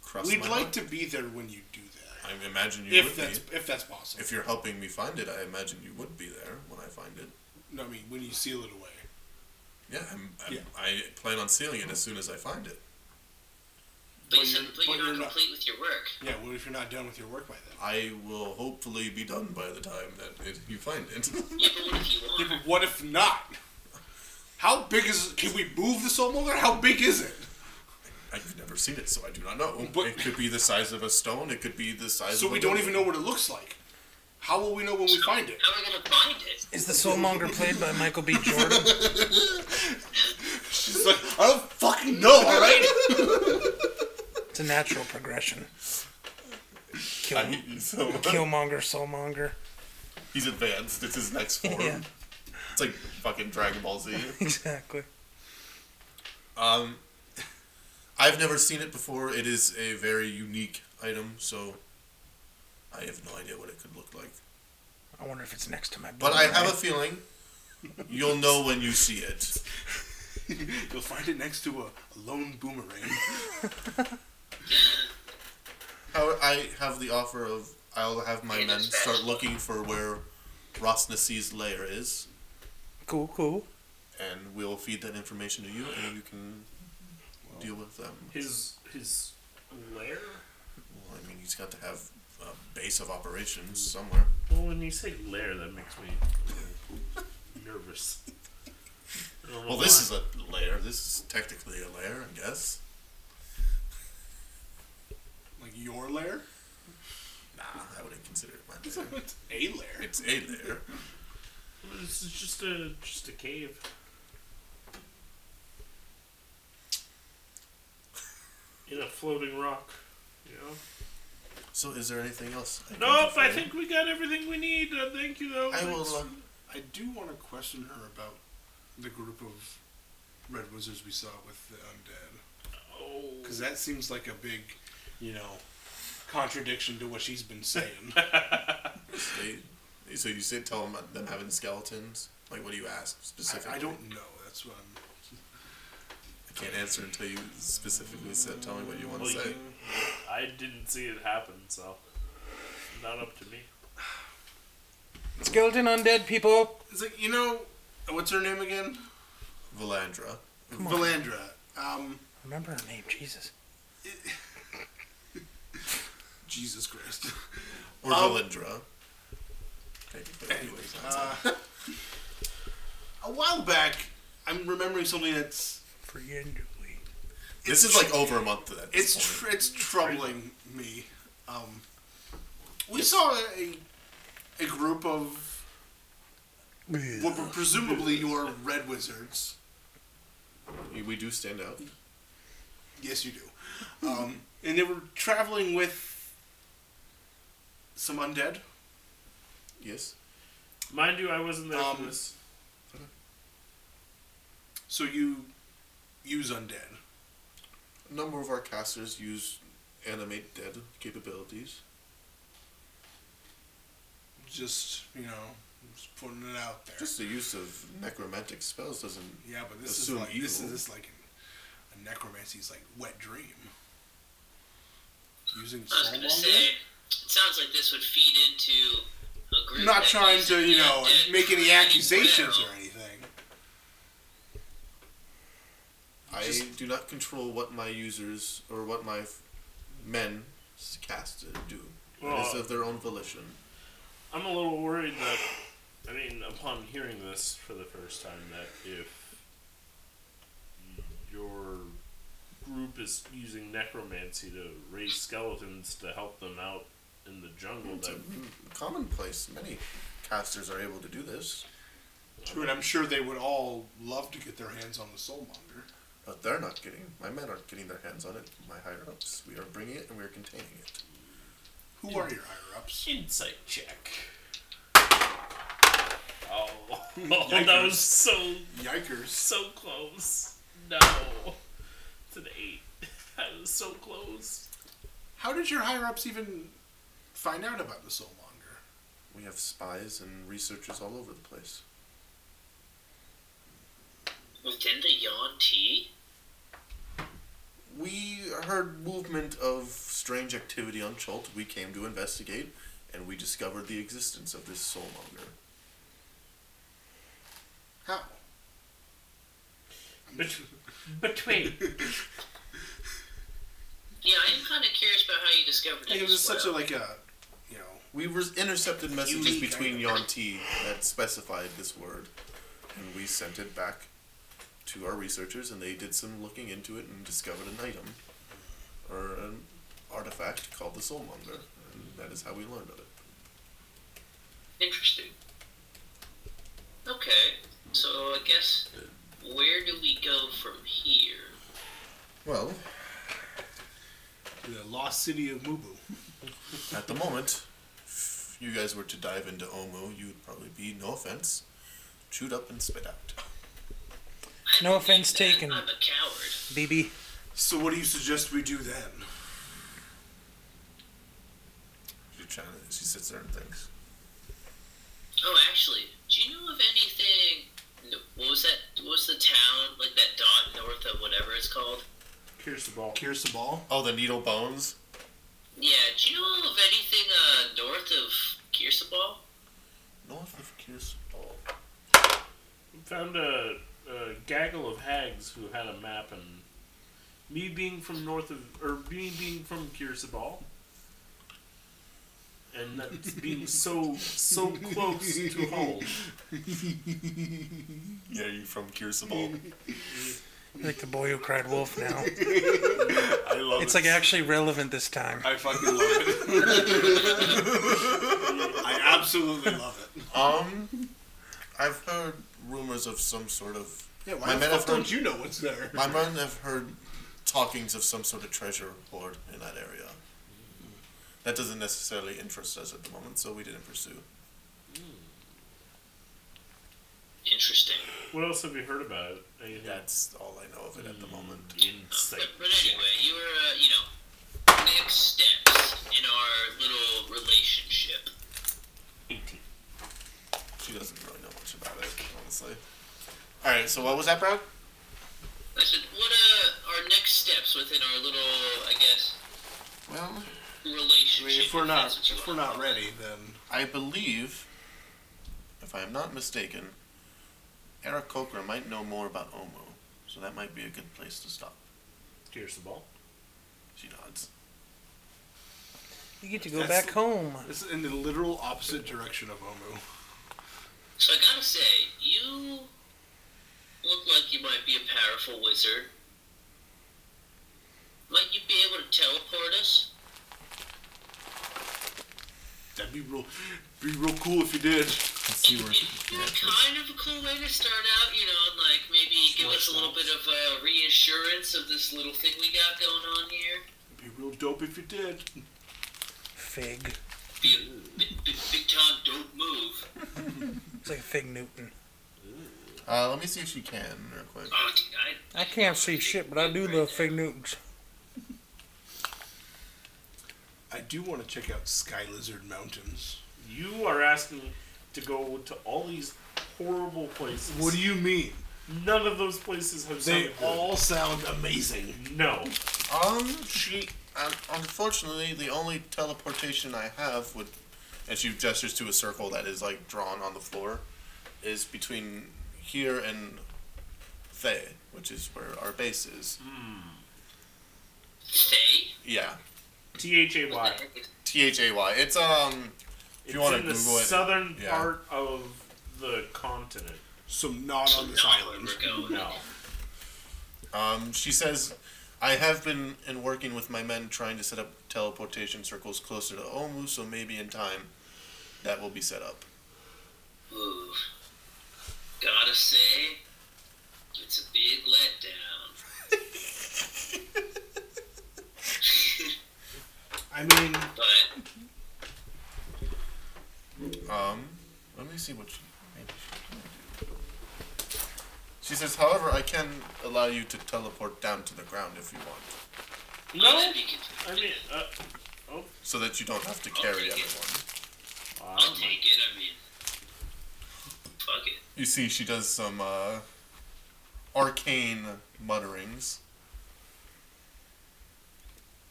[SPEAKER 4] Cross
[SPEAKER 3] We'd
[SPEAKER 4] my
[SPEAKER 3] like
[SPEAKER 4] heart.
[SPEAKER 3] to be there when you do that.
[SPEAKER 4] I imagine you
[SPEAKER 3] If
[SPEAKER 4] would
[SPEAKER 3] that's
[SPEAKER 4] be.
[SPEAKER 3] if that's possible.
[SPEAKER 4] If you're helping me find it, I imagine you would be there when I find it.
[SPEAKER 3] no, I mean when you seal it away.
[SPEAKER 4] Yeah, I'm, I'm,
[SPEAKER 3] Yeah.
[SPEAKER 4] I plan on sealing it as soon as I find it.
[SPEAKER 3] But
[SPEAKER 6] But, you said,
[SPEAKER 3] you're-
[SPEAKER 6] but
[SPEAKER 3] but
[SPEAKER 6] you're,
[SPEAKER 3] you're
[SPEAKER 6] not
[SPEAKER 3] not-
[SPEAKER 6] complete with your work.
[SPEAKER 3] Yeah, what if you're not done with your work by then?
[SPEAKER 4] I will hopefully be done by the time that it, you find it.
[SPEAKER 6] Yeah, but what if you
[SPEAKER 3] Yeah,
[SPEAKER 6] want?
[SPEAKER 3] but what if not? How big is can we move the soul molar? How big is it?
[SPEAKER 4] I've never seen it, so I do not know.
[SPEAKER 3] But-
[SPEAKER 4] it could be the size of a stone. It could be the size.
[SPEAKER 3] So
[SPEAKER 4] of a
[SPEAKER 3] we don't
[SPEAKER 4] building.
[SPEAKER 3] even know what it looks like. How will we know when we find it?
[SPEAKER 6] How are we gonna find it?
[SPEAKER 8] Is the soulmonger played by Michael B. Jordan?
[SPEAKER 3] She's like, I don't fucking know, alright?
[SPEAKER 8] It's a natural progression. Kill,
[SPEAKER 4] I- so
[SPEAKER 8] Killmonger, soulmonger.
[SPEAKER 4] he's advanced. It's his next form.
[SPEAKER 8] Yeah.
[SPEAKER 4] It's like fucking Dragon Ball Z.
[SPEAKER 8] Exactly.
[SPEAKER 4] Um, I've never seen it before. It is a very unique item, so I have no idea what it could look like.
[SPEAKER 8] I wonder if it's next to my.
[SPEAKER 4] But I
[SPEAKER 8] boomerang.
[SPEAKER 4] have a feeling you'll know when you see it.
[SPEAKER 3] You'll find it next to a, a lone boomerang.
[SPEAKER 4] How I have the offer of I'll have my
[SPEAKER 6] Yeah,
[SPEAKER 4] men
[SPEAKER 6] that's
[SPEAKER 4] start
[SPEAKER 6] bad.
[SPEAKER 4] looking for where Rosnasi's lair is,
[SPEAKER 8] cool, cool.
[SPEAKER 4] and we'll feed that information to you, and you can deal with them.
[SPEAKER 7] His his lair.
[SPEAKER 4] Well, I mean, he's got to have a base of operations somewhere.
[SPEAKER 7] Well, when you say lair, that makes me a little nervous. I don't know
[SPEAKER 4] Well,
[SPEAKER 7] why.
[SPEAKER 4] this is a lair. This is technically a lair, I guess.
[SPEAKER 3] like your lair?
[SPEAKER 4] Nah, I wouldn't consider it my lair.
[SPEAKER 3] It's a lair.
[SPEAKER 4] It's a lair.
[SPEAKER 7] This is just a just a cave. In a floating rock. You know?
[SPEAKER 4] So, is there anything else? I can
[SPEAKER 7] Nope,
[SPEAKER 4] do
[SPEAKER 7] I
[SPEAKER 4] for you?
[SPEAKER 7] think we got everything we need. Uh, thank you, though.
[SPEAKER 4] I will.
[SPEAKER 7] Thanks.
[SPEAKER 4] Uh,
[SPEAKER 3] I do want to question her about the group of red wizards we saw with the undead.
[SPEAKER 7] Oh.
[SPEAKER 3] Because that seems like a big, you know, contradiction to what she's been saying.
[SPEAKER 4] they, so you said tell them about them having skeletons. Like, what do you ask specifically?
[SPEAKER 3] I, I don't know. That's what I'm.
[SPEAKER 4] I can't answer until you specifically said. Tell me what you want
[SPEAKER 7] Well,
[SPEAKER 4] to say.
[SPEAKER 7] you- I didn't see it happen, so not up to me.
[SPEAKER 8] Skeleton undead people.
[SPEAKER 3] It's like you know, what's her name again?
[SPEAKER 4] Valandra.
[SPEAKER 3] Valandra. Um,
[SPEAKER 8] Remember her name, Jesus.
[SPEAKER 3] Jesus Christ.
[SPEAKER 4] Or
[SPEAKER 3] Um,
[SPEAKER 4] Valindra. Technically, anyways, that's it.
[SPEAKER 3] Uh, a while back, I'm remembering something that's
[SPEAKER 8] Friendly.
[SPEAKER 4] this is like over a month at
[SPEAKER 3] it's
[SPEAKER 4] this point.
[SPEAKER 3] tr- it's troubling me. Um, we saw a a group of what were presumably your red wizards
[SPEAKER 4] We do stand out.
[SPEAKER 3] Yes, you do. Um, and they were traveling with some undead. Yes.
[SPEAKER 7] Mind you, I wasn't there for
[SPEAKER 3] Um,
[SPEAKER 7] this.
[SPEAKER 3] So you use undead.
[SPEAKER 4] A number of our casters use animate dead capabilities.
[SPEAKER 3] Just you know, just putting it out there.
[SPEAKER 4] Just the use of necromantic spells doesn't.
[SPEAKER 3] yeah, but this is
[SPEAKER 4] assume
[SPEAKER 3] like this
[SPEAKER 4] evil.
[SPEAKER 3] is this like a necromancy's like wet dream. Using
[SPEAKER 6] I was gonna
[SPEAKER 3] soulmonger.
[SPEAKER 6] say, it sounds like this would feed into a group.
[SPEAKER 3] Not
[SPEAKER 6] that
[SPEAKER 3] trying
[SPEAKER 6] uses
[SPEAKER 3] to you
[SPEAKER 6] the
[SPEAKER 3] know
[SPEAKER 6] undead
[SPEAKER 3] make any
[SPEAKER 6] pretty
[SPEAKER 3] accusations
[SPEAKER 6] well.
[SPEAKER 3] or anything.
[SPEAKER 4] I
[SPEAKER 3] Just-
[SPEAKER 4] do not control what my users or what my f- men s- cast to do. it is
[SPEAKER 7] Well,
[SPEAKER 4] of their own volition.
[SPEAKER 7] I'm a little worried that, I mean, upon hearing this for the first time, that if your group is using necromancy to raise skeletons to help them out in the jungle,
[SPEAKER 4] It's a
[SPEAKER 7] that
[SPEAKER 4] commonplace. Many casters are able to do this,
[SPEAKER 3] True, and I'm sure they would all love to get their hands on the soulmonger.
[SPEAKER 4] but they're not getting. My men aren't getting their hands on it. My higher ups. We are bringing it and we are containing it.
[SPEAKER 3] Who are your higher ups?
[SPEAKER 7] insight check. Oh, oh that was so
[SPEAKER 3] Yikers.
[SPEAKER 7] so close. No, it's an eight. That was so close.
[SPEAKER 3] How did your higher ups even find out about the soulmonger?
[SPEAKER 4] We have spies and researchers all over the place.
[SPEAKER 6] Within the yawn tea,
[SPEAKER 4] We heard movement of strange activity on Chult. We came to investigate, and we discovered the existence of this soulmonger.
[SPEAKER 3] How?
[SPEAKER 7] Between
[SPEAKER 6] yeah, I am kind of curious about how you discovered it.
[SPEAKER 3] Like, it
[SPEAKER 6] as
[SPEAKER 3] was such a
[SPEAKER 6] well.
[SPEAKER 3] like a, you know,
[SPEAKER 4] We res- intercepted messages
[SPEAKER 3] Unique
[SPEAKER 4] between
[SPEAKER 3] item.
[SPEAKER 4] Yonti that specified this word, and we sent it back to our researchers, and they did some looking into it and discovered an item or an artifact called the soulmonger, and that is how we learned of it.
[SPEAKER 6] Interesting. Okay, so I guess where do we go from here?
[SPEAKER 4] Well,
[SPEAKER 3] the lost city of Mubu.
[SPEAKER 4] at the moment, if you guys were to dive into Omu, you would probably be, no offense, chewed up and spit out.
[SPEAKER 6] I
[SPEAKER 8] No
[SPEAKER 6] believe
[SPEAKER 8] offense
[SPEAKER 6] that.
[SPEAKER 8] taken.
[SPEAKER 6] I'm a coward.
[SPEAKER 8] BB.
[SPEAKER 3] So what do you suggest we do then?
[SPEAKER 4] She, trying to, she sits there and thinks.
[SPEAKER 6] Oh, actually, do you know of anything? no, What was that? What was the town like that dot north of whatever it's called?
[SPEAKER 7] here's the ball.
[SPEAKER 3] Pierce the ball.
[SPEAKER 4] Oh, the needle bones?
[SPEAKER 6] Yeah, do you know of anything uh, north of Kirsabal?
[SPEAKER 4] North of Kirsball.
[SPEAKER 7] Found a, a gaggle of hags who had a map, and me being from north of, or me being from Kirsabal, and that's being so so close to home.
[SPEAKER 4] Yeah, you from Kirsball?
[SPEAKER 8] Like the boy who cried wolf now.
[SPEAKER 7] I love
[SPEAKER 8] It's like actually relevant this time.
[SPEAKER 3] I fucking love it. I absolutely love it.
[SPEAKER 4] Um, I've heard rumors of some sort of.
[SPEAKER 3] Yeah,
[SPEAKER 4] My
[SPEAKER 3] why the
[SPEAKER 4] men
[SPEAKER 3] fuck
[SPEAKER 4] have
[SPEAKER 3] don't
[SPEAKER 4] done-
[SPEAKER 3] you know what's there?
[SPEAKER 4] My men have heard talkings of some sort of treasure hoard in that area. That doesn't necessarily interest us at the moment, so we didn't pursue.
[SPEAKER 6] Interesting.
[SPEAKER 7] What else have you heard about it? Anything?
[SPEAKER 4] That's all I know of it at the moment.
[SPEAKER 7] Insight.
[SPEAKER 6] But, but anyway, you were, uh, you know, next steps in our little relationship.
[SPEAKER 7] Eighteen.
[SPEAKER 4] She doesn't really know much about it, honestly. Alright, so what was that, Brad?
[SPEAKER 6] I said, what uh, our next steps within our little, I guess,
[SPEAKER 4] Well,
[SPEAKER 3] I
[SPEAKER 6] relationship?
[SPEAKER 3] mean, if we're
[SPEAKER 6] that's
[SPEAKER 3] not
[SPEAKER 6] what you
[SPEAKER 3] if we're
[SPEAKER 6] wanna
[SPEAKER 3] not
[SPEAKER 6] call it.
[SPEAKER 3] ready, then
[SPEAKER 4] I believe, if I am not mistaken, Eric Cochran might know more about Omu, so that might be a good place to stop.
[SPEAKER 7] Here's the ball.
[SPEAKER 4] She nods.
[SPEAKER 8] You get to go
[SPEAKER 3] That's-
[SPEAKER 8] back home.
[SPEAKER 3] it's in the literal opposite direction of Omu.
[SPEAKER 6] So I gotta say, you look like you might be a powerful wizard. Might you be able to teleport us?
[SPEAKER 3] That'd be real, be real cool if you did.
[SPEAKER 4] can see where. Yeah.
[SPEAKER 6] Kind of a cool way to start out, you know, and like maybe give us a little bit of uh, reassurance of this little thing we got going on here.
[SPEAKER 3] It'd be real dope if you did.
[SPEAKER 8] Fig.
[SPEAKER 6] Be a big, big, big time dope move.
[SPEAKER 8] It's like Fig Newton.
[SPEAKER 4] Uh, let me see if she can real quick.
[SPEAKER 6] Oh, dude, I,
[SPEAKER 8] I can't see shit, but I do love Fig Newtons.
[SPEAKER 3] I do want to check out Sky Lizard Mountains.
[SPEAKER 7] You are asking to go to all these horrible places.
[SPEAKER 3] What do you mean?
[SPEAKER 7] None of those places have
[SPEAKER 3] They
[SPEAKER 7] sounded good.
[SPEAKER 3] all sound amazing.
[SPEAKER 7] No.
[SPEAKER 4] Um, she. Um, unfortunately, the only teleportation I have would, and she gestures to a circle that is like drawn on the floor, is between here and Thay, which is where our base is.
[SPEAKER 7] Mm-hmm.
[SPEAKER 6] Thay?
[SPEAKER 4] Yeah,
[SPEAKER 7] T H A Y.
[SPEAKER 4] T H A Y. It's um. If
[SPEAKER 7] It's
[SPEAKER 4] you want to
[SPEAKER 7] in the
[SPEAKER 4] Google it,
[SPEAKER 7] southern
[SPEAKER 4] yeah.
[SPEAKER 7] part of the continent.
[SPEAKER 3] So not on this island.
[SPEAKER 6] We're going.
[SPEAKER 7] No.
[SPEAKER 4] Um, she says, I have been and working with my men trying to set up teleportation circles closer to Omu, so maybe in time that will be set up.
[SPEAKER 6] Ooh. Gotta say, it's a big letdown.
[SPEAKER 3] I mean,
[SPEAKER 6] But
[SPEAKER 4] Um, let me see what she. Maybe she, can do. she says, however, I can allow you to teleport down to the ground if you want,
[SPEAKER 7] No.
[SPEAKER 6] that'd be good.
[SPEAKER 7] I mean, uh,
[SPEAKER 4] so that you don't have to carry everyone.
[SPEAKER 6] I'll take it. I mean, fuck it.
[SPEAKER 4] You see, she does some uh, arcane mutterings.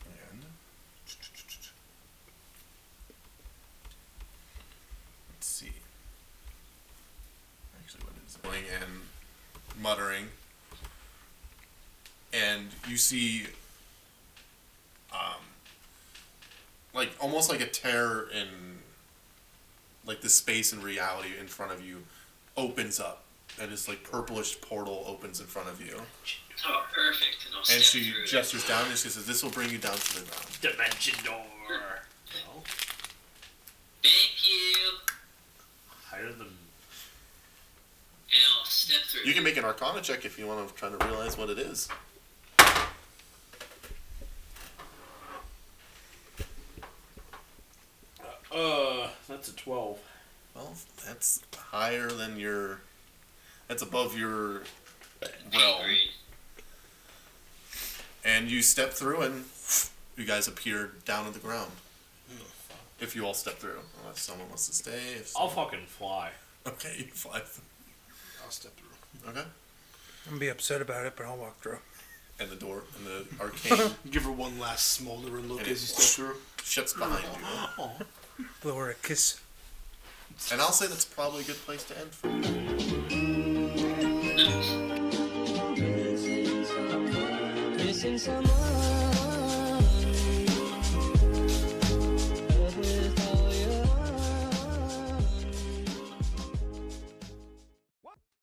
[SPEAKER 4] And. Let's see. Actually, what is it? Going and muttering. And you see. Um, like, almost like a tear in. Like the space and reality in front of you opens up. And this, like, purplish portal opens in front of you.
[SPEAKER 6] Oh, perfect. And I'll
[SPEAKER 4] And
[SPEAKER 6] step
[SPEAKER 4] she
[SPEAKER 6] through it.
[SPEAKER 4] gestures down and she says, This will bring you down to the ground.
[SPEAKER 7] dimension door. Well,
[SPEAKER 6] Thank you.
[SPEAKER 7] higher than
[SPEAKER 6] And I'll step through.
[SPEAKER 4] You can make an arcana check if you want to try to realize what it is.
[SPEAKER 7] uh, that's a twelve.
[SPEAKER 4] Well, that's higher than your. That's above your realm.
[SPEAKER 6] Angry.
[SPEAKER 4] And you step through and you guys appear down on the ground. If you all step through. Unless someone wants to stay. If
[SPEAKER 7] I'll fucking fly.
[SPEAKER 4] Okay, you fly.
[SPEAKER 3] I'll step through.
[SPEAKER 4] Okay.
[SPEAKER 8] I'm gonna be upset about it, but I'll walk through.
[SPEAKER 4] And the door, and the arcane
[SPEAKER 3] Give her one last smoldering look as
[SPEAKER 4] And
[SPEAKER 3] you
[SPEAKER 4] it-
[SPEAKER 3] step through.
[SPEAKER 4] shuts behind you.
[SPEAKER 8] Blow her a kiss.
[SPEAKER 4] And I'll say that's probably a good place to end for you.
[SPEAKER 6] Nice.
[SPEAKER 10] Missing someone.